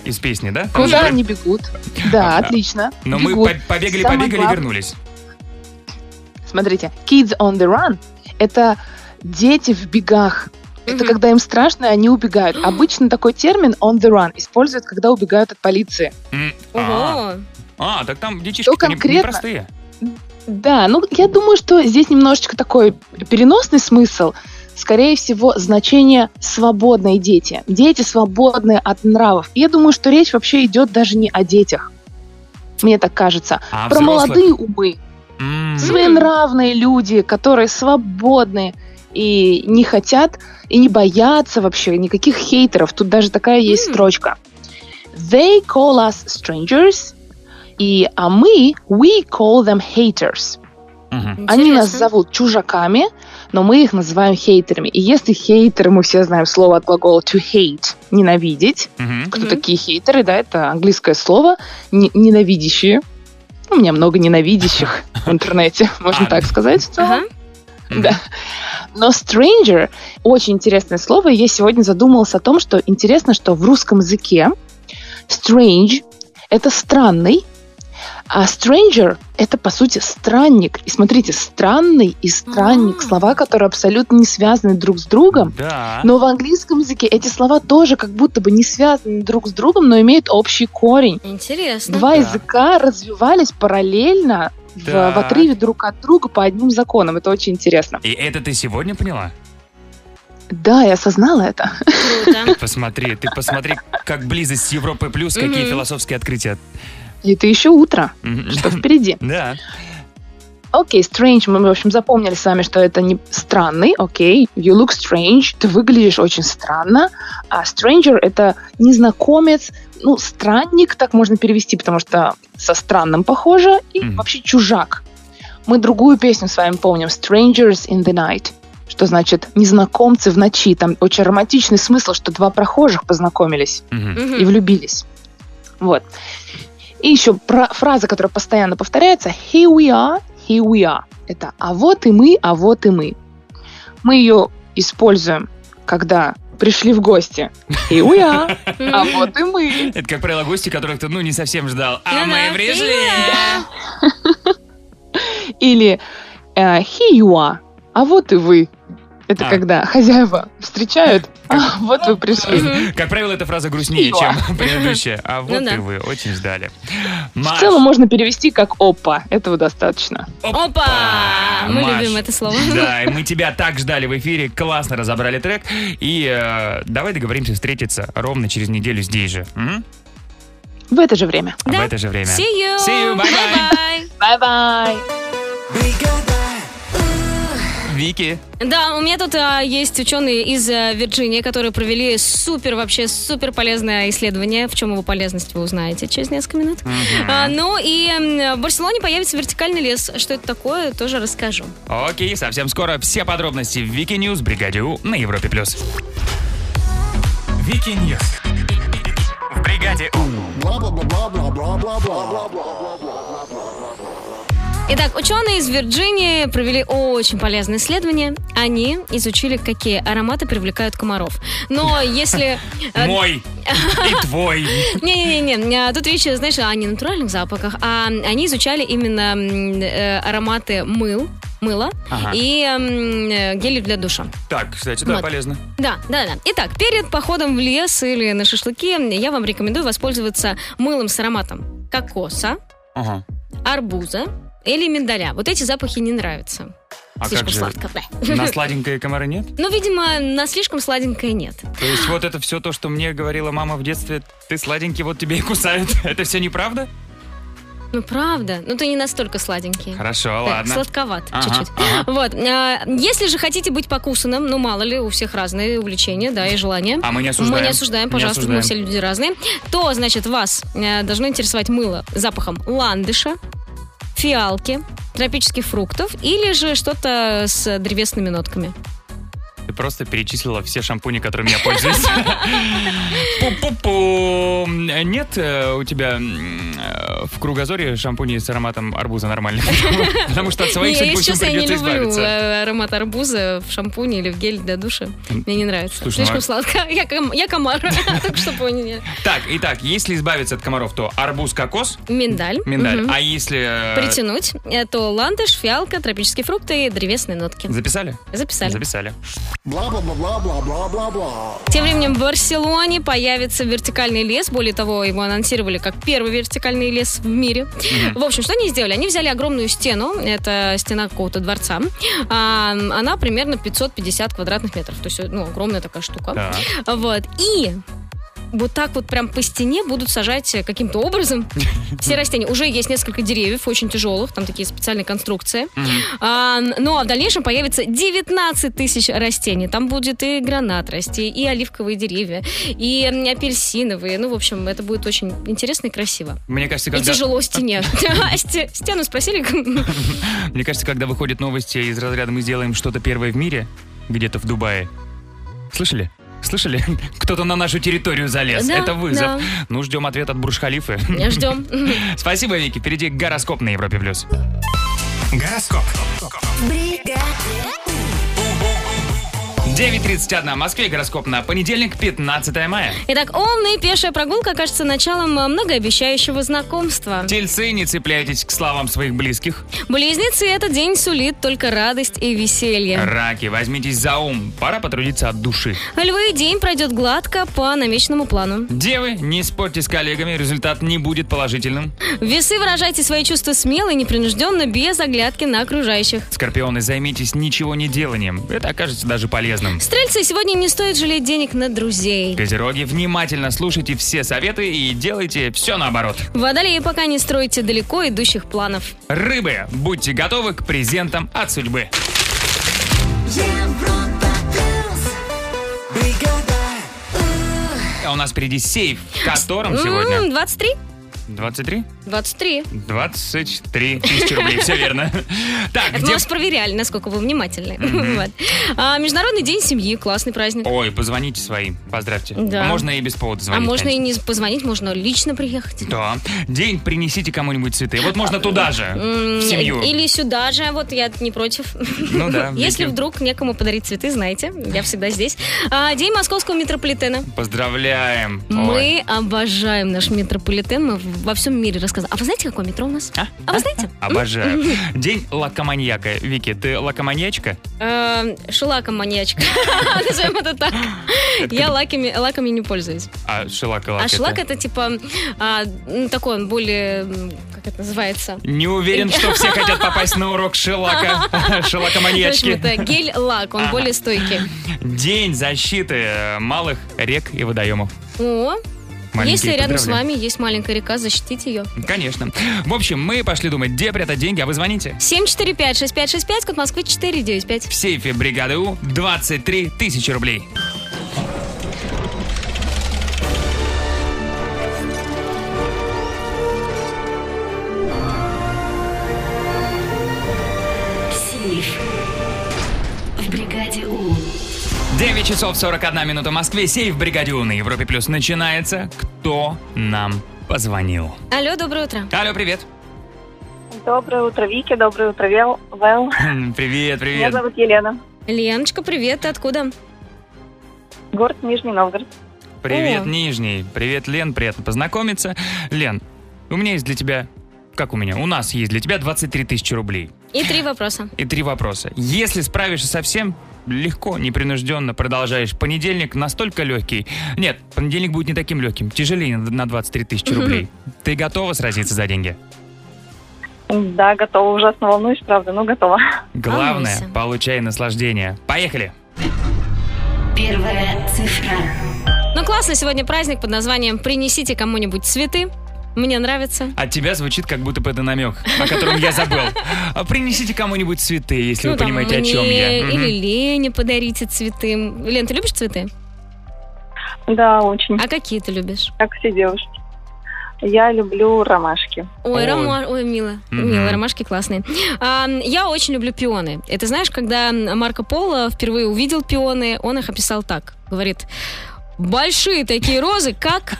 Speaker 2: из песни, Ну, да? Там же
Speaker 20: Куда
Speaker 2: про-
Speaker 20: Ну они бегут? Да, отлично.
Speaker 2: Но мы
Speaker 20: бегут.
Speaker 2: по- побегали,
Speaker 20: Самое
Speaker 2: побегали,
Speaker 20: главное-
Speaker 2: вернулись.
Speaker 20: Смотрите, Kids on the Run — это дети в бегах. Это когда им страшно, и они убегают. Обычно такой термин on the run используют, когда убегают от полиции.
Speaker 2: М, А,
Speaker 20: Ого.
Speaker 2: А, так там детишки не
Speaker 20: конкретно?
Speaker 2: простые.
Speaker 20: Да, ну я думаю, что здесь немножечко такой переносный смысл. Скорее всего, значение «свободные дети». Дети свободные от нравов. И я думаю, что речь вообще идет даже не о детях. Мне так кажется.
Speaker 5: А о
Speaker 20: Про
Speaker 5: взрослых?
Speaker 20: молодые умы. Своенравные люди, которые свободны и не хотят, и не боятся вообще никаких хейтеров. Тут даже такая есть строчка. They call us strangers, и, а мы, we call them haters. Они нас зовут чужаками, но мы их называем хейтерами. И если хейтеры, мы все знаем слово от глагола to hate, ненавидеть. Кто такие хейтеры, да, это английское слово, не- ненавидящие. Ну, У меня много ненавидящих в интернете, можно так сказать. в целом. Да. Но stranger очень интересное слово. и Я сегодня задумалась о том, что интересно, что в русском языке strange это странный, а stranger — это, по сути, странник. И смотрите, странный и странник — слова, которые абсолютно не связаны друг с другом.
Speaker 2: Да.
Speaker 20: Но в английском языке эти слова тоже как будто бы не связаны друг с другом, но имеют общий корень.
Speaker 3: Интересно.
Speaker 20: Два языка развивались параллельно в,
Speaker 2: Так.
Speaker 20: в отрыве друг от друга по одним законам. Это очень интересно.
Speaker 2: И это ты сегодня поняла?
Speaker 20: Да, я осознала это.
Speaker 2: Ты посмотри, ты посмотри, как близость с Европой плюс, какие
Speaker 20: Мгм.
Speaker 2: философские открытия.
Speaker 20: И это еще утро.
Speaker 2: Мгм.
Speaker 20: Что впереди?
Speaker 2: Да.
Speaker 20: Окей, strange, мы, в общем, запомнили с вами, что это не странный, окей, you look strange, ты выглядишь очень странно, а stranger — это незнакомец, ну, странник, так можно перевести, потому что со странным похоже, и вообще чужак. Мы другую песню с вами помним, strangers in the night, что значит незнакомцы в ночи, там очень романтичный смысл, что два прохожих познакомились
Speaker 5: Мгм.
Speaker 20: и влюбились. Вот. И еще про- фраза, которая постоянно повторяется. Here we are, here we are. Это «а вот и мы, а вот и мы». Мы ее используем, когда пришли в гости. Here we are, а вот и мы.
Speaker 2: Это, как правило, гости, которых ты, ну, не совсем ждал.
Speaker 3: Ну
Speaker 2: А мы пришли.
Speaker 20: Или э, «here you are», а вот и вы. Это
Speaker 2: А.
Speaker 20: когда хозяева встречают, а вот вы пришли.
Speaker 2: Как правило, эта фраза грустнее,
Speaker 20: Пиво.
Speaker 2: чем предыдущая. А
Speaker 20: Ну
Speaker 2: вот
Speaker 20: да.
Speaker 2: и вы, очень ждали.
Speaker 20: В
Speaker 2: Маш,
Speaker 20: целом можно перевести как «опа», этого достаточно.
Speaker 3: Опа! а, Мы
Speaker 2: Маш,
Speaker 3: любим это слово.
Speaker 2: Да, и мы тебя так ждали в эфире, классно разобрали трек. И э, давай договоримся встретиться ровно через неделю здесь же. м?
Speaker 20: В это же время.
Speaker 2: В это же время.
Speaker 3: See you.
Speaker 2: See you, bye-bye.
Speaker 3: Bye-bye.
Speaker 20: Bye-bye.
Speaker 2: В Вики.
Speaker 3: Да, у меня тут а, есть ученые из а, Вирджинии, которые провели супер, вообще супер полезное исследование. В чем его полезность, вы узнаете через несколько минут. А, ну и м, в Барселоне появится вертикальный лес. Что это такое, тоже расскажу.
Speaker 2: Окей, совсем скоро все подробности в Вики Ньюс Бригаде У на Европе+. плюс.
Speaker 6: Вики Ньюс. В бригаде
Speaker 3: Итак, ученые из Вирджинии провели очень полезное исследование. Они изучили, какие ароматы привлекают комаров. Но если... э,
Speaker 2: Мой и твой.
Speaker 3: Не-не-не, а, тут речь, знаешь, о не натуральных запахах, а они изучали именно м, э, ароматы мыл, мыла
Speaker 2: Ага.
Speaker 3: и м, э, гелей для душа.
Speaker 2: Так, кстати, да,
Speaker 3: Вот.
Speaker 2: полезно.
Speaker 3: Да, да, да. Итак, перед походом в лес или на шашлыки я вам рекомендую воспользоваться мылом с ароматом кокоса,
Speaker 2: Ага.
Speaker 3: арбуза или миндаля. Вот эти запахи не нравятся.
Speaker 2: А
Speaker 3: Слишком
Speaker 2: как же?
Speaker 3: сладко. бля.
Speaker 2: На сладенькое комары нет?
Speaker 3: Ну, видимо, на слишком сладенькое нет.
Speaker 2: То есть вот это все то, что мне говорила мама в детстве, ты сладенький, вот тебе и кусают. Это все неправда?
Speaker 3: Ну, правда. Ну, ты не настолько сладенький.
Speaker 2: Хорошо,
Speaker 3: Да,
Speaker 2: ладно.
Speaker 3: Сладковат
Speaker 2: Ага,
Speaker 3: чуть-чуть. Вот. а, если же хотите быть покусанным, ну, мало ли, у всех разные увлечения, да, и желания.
Speaker 2: А мы не осуждаем.
Speaker 3: Мы не осуждаем,
Speaker 2: Не
Speaker 3: пожалуйста,
Speaker 2: осуждаем.
Speaker 3: мы все люди разные. То, значит, вас э, должно интересовать мыло запахом ландыша, фиалки, тропических фруктов или же что-то с древесными нотками.
Speaker 2: Ты просто перечислила все шампуни, которыми я пользуюсь. Пу-пу-пу. Нет э, у тебя м, э, в кругозоре шампуни с ароматом арбуза нормально? Потому что от своих,
Speaker 3: Не,
Speaker 2: судя по
Speaker 3: если
Speaker 2: всему,
Speaker 3: честно, я не
Speaker 2: придется
Speaker 3: люблю
Speaker 2: избавиться.
Speaker 3: э, аромат арбуза в шампуне или в гель для душа. Мне не нравится.
Speaker 2: Слушай, ну,
Speaker 3: Слишком
Speaker 2: а-
Speaker 3: сладко. Я, ком- я комар, только что поняли.
Speaker 2: Так, итак, если избавиться от комаров, то арбуз, кокос,
Speaker 3: Миндаль.
Speaker 2: миндаль.
Speaker 3: Мгм.
Speaker 2: А если... э,
Speaker 3: Притянуть. Это ландыш, фиалка, тропические фрукты и древесные нотки.
Speaker 2: Записали?
Speaker 3: Записали.
Speaker 2: Записали.
Speaker 5: Бла-бла-бла-бла-бла-бла-бла.
Speaker 3: Тем временем в Барселоне появится вертикальный лес. Более того, его анонсировали как первый вертикальный лес в мире.
Speaker 5: Мгм.
Speaker 3: В общем, что они сделали? Они взяли огромную стену. Это стена какого-то дворца. А, она примерно 550 квадратных метров. То есть, ну, огромная такая штука. Вот. И вот так вот прям по стене будут сажать э, каким-то образом все растения. Уже есть несколько деревьев, очень тяжелых, там такие специальные конструкции. А, ну а в дальнейшем появится 19 тысяч растений. Там будет и гранат расти, и оливковые деревья, и м, апельсиновые. Ну, в общем, это будет очень интересно и красиво.
Speaker 2: Мне кажется,
Speaker 3: И
Speaker 2: когда...
Speaker 3: тяжело стене. А, Сте- Стену спросили.
Speaker 2: Мне кажется, когда выходят новости из разряда «Мы сделаем что-то первое в мире», где-то в Дубае. Слышали? Слышали? Кто-то на нашу территорию залез.
Speaker 3: Да,
Speaker 2: Это вызов.
Speaker 3: да.
Speaker 2: Ну, ждем ответ от Бурж-Халифы.
Speaker 3: Ждем.
Speaker 2: Спасибо, Вики. Впереди гороскоп на Европе+. плюс.
Speaker 6: Гороскоп.
Speaker 2: 9.31 в Москве. Гороскоп на понедельник, 15 мая.
Speaker 3: Итак, умная пешая прогулка кажется началом э, многообещающего знакомства.
Speaker 2: Тельцы, не цепляйтесь к словам своих близких.
Speaker 3: Близнецы этот день сулит только радость и веселье.
Speaker 2: Раки, возьмитесь за ум. Пора потрудиться от души.
Speaker 3: Львы день пройдет гладко по намеченному плану.
Speaker 2: Девы, не спорьте с коллегами, результат не будет положительным.
Speaker 3: Весы выражайте свои чувства смело и непринужденно, без оглядки на окружающих.
Speaker 2: Скорпионы, займитесь ничего не деланием. Это окажется даже полезным.
Speaker 3: Стрельцы, сегодня не стоит жалеть денег на друзей.
Speaker 2: Козероги, внимательно слушайте все советы и делайте все наоборот.
Speaker 3: Водолеи, пока не стройте далеко идущих планов.
Speaker 2: Рыбы, будьте готовы к презентам от судьбы. А у нас впереди сейф, в котором
Speaker 3: М,
Speaker 2: сегодня
Speaker 3: 23?
Speaker 2: 23?
Speaker 3: 23.
Speaker 2: 23 тысячи рублей, все верно. Так,
Speaker 3: Это
Speaker 2: где...
Speaker 3: мы вас проверяли, насколько вы внимательны.
Speaker 2: Мгм.
Speaker 3: Вот. А, Международный день семьи, классный праздник. А
Speaker 2: Ой, позвоните своим, поздравьте.
Speaker 3: Да.
Speaker 2: А можно и без повода
Speaker 3: А
Speaker 2: звонить.
Speaker 3: можно и
Speaker 2: конечно.
Speaker 3: не позвонить, можно лично приехать.
Speaker 2: Да. День принесите кому-нибудь цветы. Вот можно туда же,
Speaker 3: М,
Speaker 2: в семью.
Speaker 3: А, э, Или сюда же, вот я не против.
Speaker 2: Ну да,
Speaker 3: Если
Speaker 2: Вики.
Speaker 3: вдруг некому подарить цветы, знаете, я всегда здесь. А, День московского метрополитена.
Speaker 2: Поздравляем. Ой.
Speaker 3: Мы обожаем наш метрополитен, мы во всем мире рассказываем. А вы знаете, какое метро у нас? А, вы знаете?
Speaker 2: Обожаю. День лакоманьяка. Вики, ты лакоманьячка?
Speaker 3: Э, Шелаком маньячка. Назовем это так. Я лаками, лаками не пользуюсь.
Speaker 2: А шелак и лак
Speaker 3: А
Speaker 2: это?
Speaker 3: шлак это типа а, ну, такой он более, м, как это называется?
Speaker 2: Не уверен, что все хотят попасть на урок шелака.
Speaker 3: Короче,
Speaker 2: Шелакоманьячки.
Speaker 3: это гель-лак, он
Speaker 2: Ага.
Speaker 3: более стойкий.
Speaker 2: День защиты э, малых рек и водоемов.
Speaker 3: О, Если
Speaker 2: Маленькие,
Speaker 3: рядом с
Speaker 2: поздравляю.
Speaker 3: вами есть маленькая река, защитите ее.
Speaker 2: Конечно. В общем, мы пошли думать, где прятать деньги, а вы звоните.
Speaker 3: 745-6565, код Москвы 495.
Speaker 2: В сейфе бригады У 23 тысячи рублей.
Speaker 21: Сейф. В бригаде У.
Speaker 2: 9 часов 41 минута в Москве. Сейф бригаде У на Европе Плюс начинается. Кто нам позвонил?
Speaker 3: Алло, доброе утро.
Speaker 2: Алло, привет.
Speaker 7: Доброе утро, Вики. Доброе утро, Вел. Вэл.
Speaker 2: Привет,
Speaker 7: Меня
Speaker 2: привет.
Speaker 7: зовут Елена.
Speaker 3: Леночка, привет, ты откуда?
Speaker 7: Город Нижний Новгород.
Speaker 2: Привет,
Speaker 7: О.
Speaker 2: Нижний. Привет, Лен. Приятно познакомиться. Лен, у меня есть для тебя... Как у меня? У нас есть для тебя 23 тысячи рублей.
Speaker 3: И три вопроса.
Speaker 2: и три вопроса. Если справишься со всем, легко, непринужденно продолжаешь. Понедельник настолько легкий. Нет, понедельник будет не таким легким. Тяжелее на на 23 тысячи
Speaker 7: Мгм.
Speaker 2: рублей. Ты готова сразиться за деньги?
Speaker 7: Да, готова. Ужасно волнуюсь, правда, но готова.
Speaker 2: Главное,
Speaker 7: Волнуйся.
Speaker 2: получай наслаждение. Поехали!
Speaker 21: Первая цифра.
Speaker 3: Ну, классный сегодня праздник под названием «Принесите кому-нибудь цветы». Мне нравится.
Speaker 2: От тебя звучит как будто бы это намек, о котором я забыл. А Принесите кому-нибудь цветы, если
Speaker 3: ну,
Speaker 2: вы понимаете, о
Speaker 3: мне
Speaker 2: чем я. Мгм.
Speaker 3: или Лене подарите цветы. Лен, ты любишь цветы?
Speaker 7: Да, очень.
Speaker 3: А какие ты любишь?
Speaker 7: Как все девушки. Я люблю ромашки.
Speaker 3: Ой,
Speaker 7: Ой.
Speaker 3: рома... Ой мило.
Speaker 7: Мгм.
Speaker 3: Мило, ромашки классные. А, я очень люблю пионы. Это знаешь, когда Марко Поло впервые увидел пионы, он их описал так. Говорит, большие такие розы, как...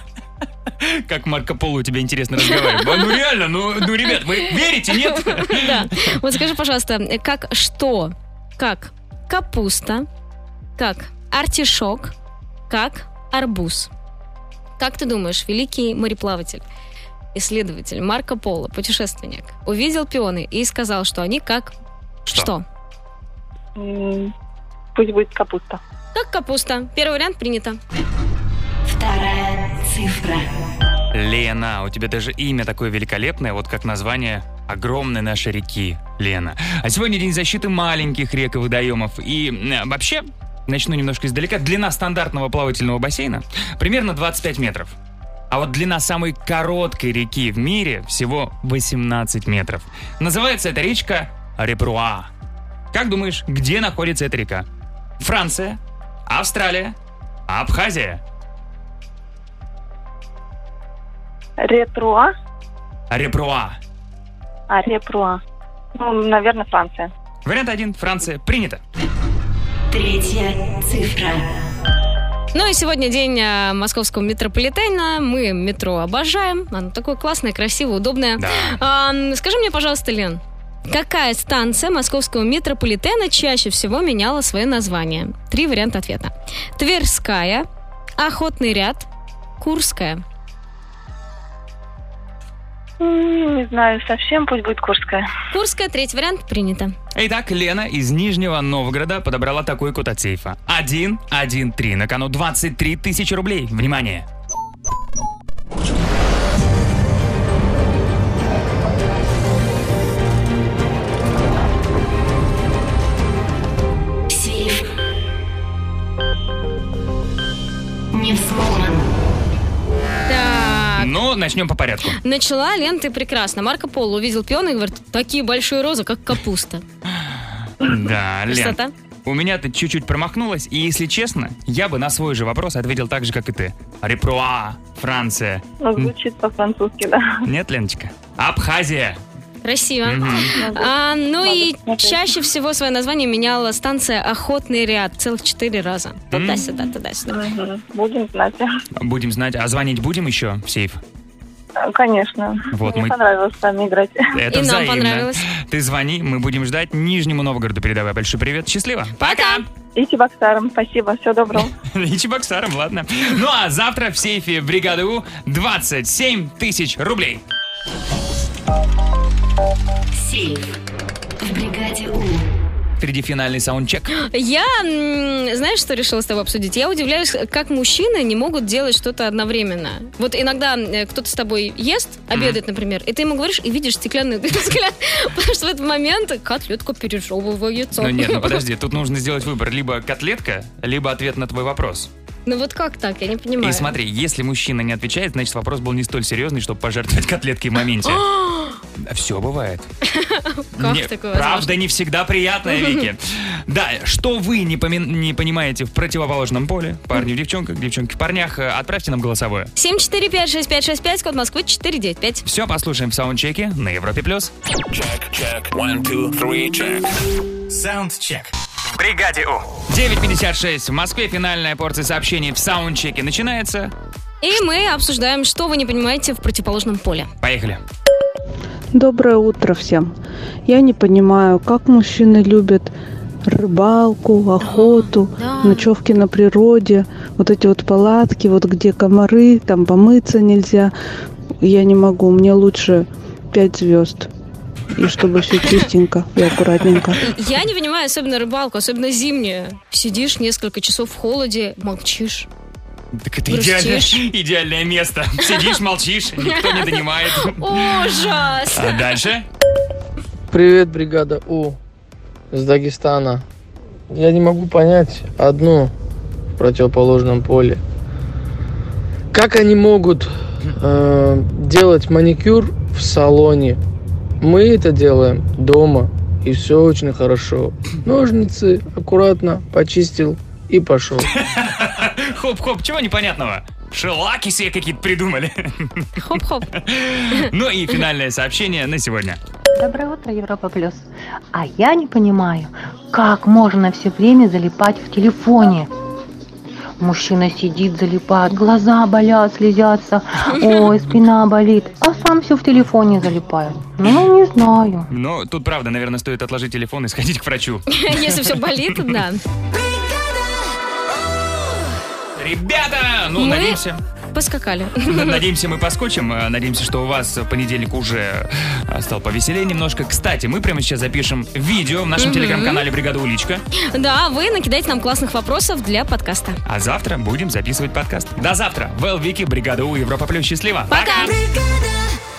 Speaker 2: Как Марко Поло у тебя интересно разговаривает. Ну реально, ну, ну ребят, вы верите, нет?
Speaker 3: Да. Вот скажи, пожалуйста, э, как что? Как капуста, как артишок, как арбуз. Как ты думаешь, великий мореплаватель, исследователь Марко Поло, путешественник, увидел пионы и сказал, что они как что?
Speaker 7: М, Пусть будет капуста.
Speaker 3: Как капуста. Первый вариант принято.
Speaker 21: Вторая цифра.
Speaker 2: Лена, у тебя даже имя такое великолепное, вот как название огромной нашей реки, Лена. А сегодня день защиты маленьких рек и водоемов. И э, вообще, начну немножко издалека, длина стандартного плавательного бассейна примерно 25 метров. А вот длина самой короткой реки в мире всего 18 метров. Называется эта речка Репруа. Как думаешь, где находится эта река? Франция, Австралия, Абхазия.
Speaker 7: Ретруа?
Speaker 2: Репруа.
Speaker 7: А, репруа. Ну, наверное, Франция.
Speaker 2: Вариант один. Франция. Принято.
Speaker 21: Третья цифра.
Speaker 3: Ну и сегодня день э, московского метрополитена. Мы метро обожаем. Оно такое классное, красивое, удобное. А, м, скажи мне, пожалуйста, Лен, какая станция московского метрополитена чаще всего меняла свое название? Три варианта ответа. Тверская, Охотный ряд, Курская.
Speaker 7: М, Не знаю совсем, пусть будет Курская.
Speaker 3: Курская, третий вариант, принято.
Speaker 2: Итак, Лена из Нижнего Новгорода подобрала такой код от сейфа. 1-1-3. На кону 23 тысячи рублей. Внимание!
Speaker 21: Сейф. Не взломан.
Speaker 3: Так.
Speaker 2: Но Ну, начнем по порядку.
Speaker 3: Начала Лен, ты прекрасно. Марко Поло увидел пиона и говорит, такие большие розы, как капуста.
Speaker 2: Да, Лен.
Speaker 3: Красота.
Speaker 2: У меня ты чуть-чуть промахнулась, и если честно, я бы на свой же вопрос ответил так же, как и ты. Репруа, Франция.
Speaker 7: Ну, звучит по-французски, да.
Speaker 2: Нет, Леночка? Абхазия.
Speaker 3: Красиво.
Speaker 2: Мгм.
Speaker 3: А, ну и чаще всего свое название меняла станция «Охотный ряд» целых четыре раза. Туда-сюда, туда-сюда.
Speaker 7: Будем знать.
Speaker 2: Будем знать. А звонить будем еще в сейф?
Speaker 7: А, Конечно.
Speaker 2: Вот
Speaker 7: Мне
Speaker 2: мы-
Speaker 7: понравилось с вами играть.
Speaker 2: Это взаимно. Ты звони, мы будем ждать. Нижнему Новгороду передавай большой привет. Счастливо.
Speaker 3: Пока!
Speaker 7: И Чебоксарам. Спасибо. Всего доброго.
Speaker 2: И Чебоксарам, ладно. Ну а завтра в сейфе бригады У 27 тысяч рублей.
Speaker 21: Сейф. В бригаде У.
Speaker 2: Впереди финальный саундчек.
Speaker 3: Я, м, знаешь, что решила с тобой обсудить? Я удивляюсь, как мужчины не могут делать что-то одновременно. Вот иногда э, кто-то с тобой ест, обедает, например, и ты ему говоришь, и видишь стеклянный взгляд, потому что в этот момент котлетку пережевывает.
Speaker 2: Ну нет, ну подожди, тут нужно сделать выбор. Либо котлетка, либо ответ на твой вопрос.
Speaker 3: Ну вот как так, я не понимаю.
Speaker 2: И смотри, если мужчина не отвечает, значит вопрос был не столь серьезный, чтобы пожертвовать котлетки в моменте. Все бывает.
Speaker 3: Как
Speaker 2: Не,
Speaker 3: такое
Speaker 2: Правда не всегда приятная, Вики. Да, что вы не, помин- не понимаете в противоположном поле, парни в девчонках, девчонки в парнях, э, отправьте нам голосовое.
Speaker 3: 7456565, код Москвы 495.
Speaker 2: Все послушаем в саундчеке на Европе+. плюс.
Speaker 22: Чек, one, two, three, check.
Speaker 2: Саундчек. В бригаде У. 9.56. В Москве финальная порция сообщений в саундчеке начинается.
Speaker 3: И мы обсуждаем, что вы не понимаете в противоположном поле.
Speaker 2: Поехали.
Speaker 7: Доброе утро всем. Я не понимаю, как мужчины любят рыбалку, охоту, ночевки на природе, вот эти вот палатки, вот где комары, там помыться нельзя. Я не могу, мне лучше 5 звезд. И чтобы все чистенько и аккуратненько.
Speaker 3: Я не понимаю, особенно рыбалку, особенно зимнюю. Сидишь несколько часов в холоде, молчишь.
Speaker 2: Так это идеальное,
Speaker 3: Грустишь.
Speaker 2: идеальное место. Сидишь, молчишь, никто не донимает.
Speaker 3: Ужас!
Speaker 2: А дальше?
Speaker 20: Привет, бригада У с Дагестана. Я не могу понять одну в противоположном поле. Как они могут э, делать маникюр в салоне? Мы это делаем дома, и все очень хорошо. Ножницы аккуратно почистил и пошел.
Speaker 2: Хоп-хоп, чего непонятного? Шелаки себе какие-то придумали.
Speaker 3: Хоп-хоп.
Speaker 2: Ну и финальное сообщение на сегодня.
Speaker 23: Доброе утро, Европа Плюс. А я не понимаю, как можно все время залипать в телефоне. Мужчина сидит, залипает, глаза болят, слезятся, ой, спина болит, а сам все в телефоне залипает. Ну, не знаю.
Speaker 2: Но Ну, тут, правда, наверное, стоит отложить телефон и сходить к врачу.
Speaker 3: Если все болит, да.
Speaker 2: Ребята, ну,
Speaker 3: Мы
Speaker 2: надеемся...
Speaker 3: Поскакали.
Speaker 2: Надеемся, мы поскочим. Э, Надеемся, что у вас понедельник уже э, стал повеселее немножко. Кстати, мы прямо сейчас запишем видео в нашем
Speaker 3: Мгм.
Speaker 2: телеграм-канале «Бригада Уличка».
Speaker 3: Да, вы накидайте нам классных вопросов для подкаста.
Speaker 2: А завтра будем записывать подкаст. До завтра. Вэл Вики, Бригада У, Европа Плюс. Счастливо.
Speaker 3: Пока!
Speaker 1: Бригада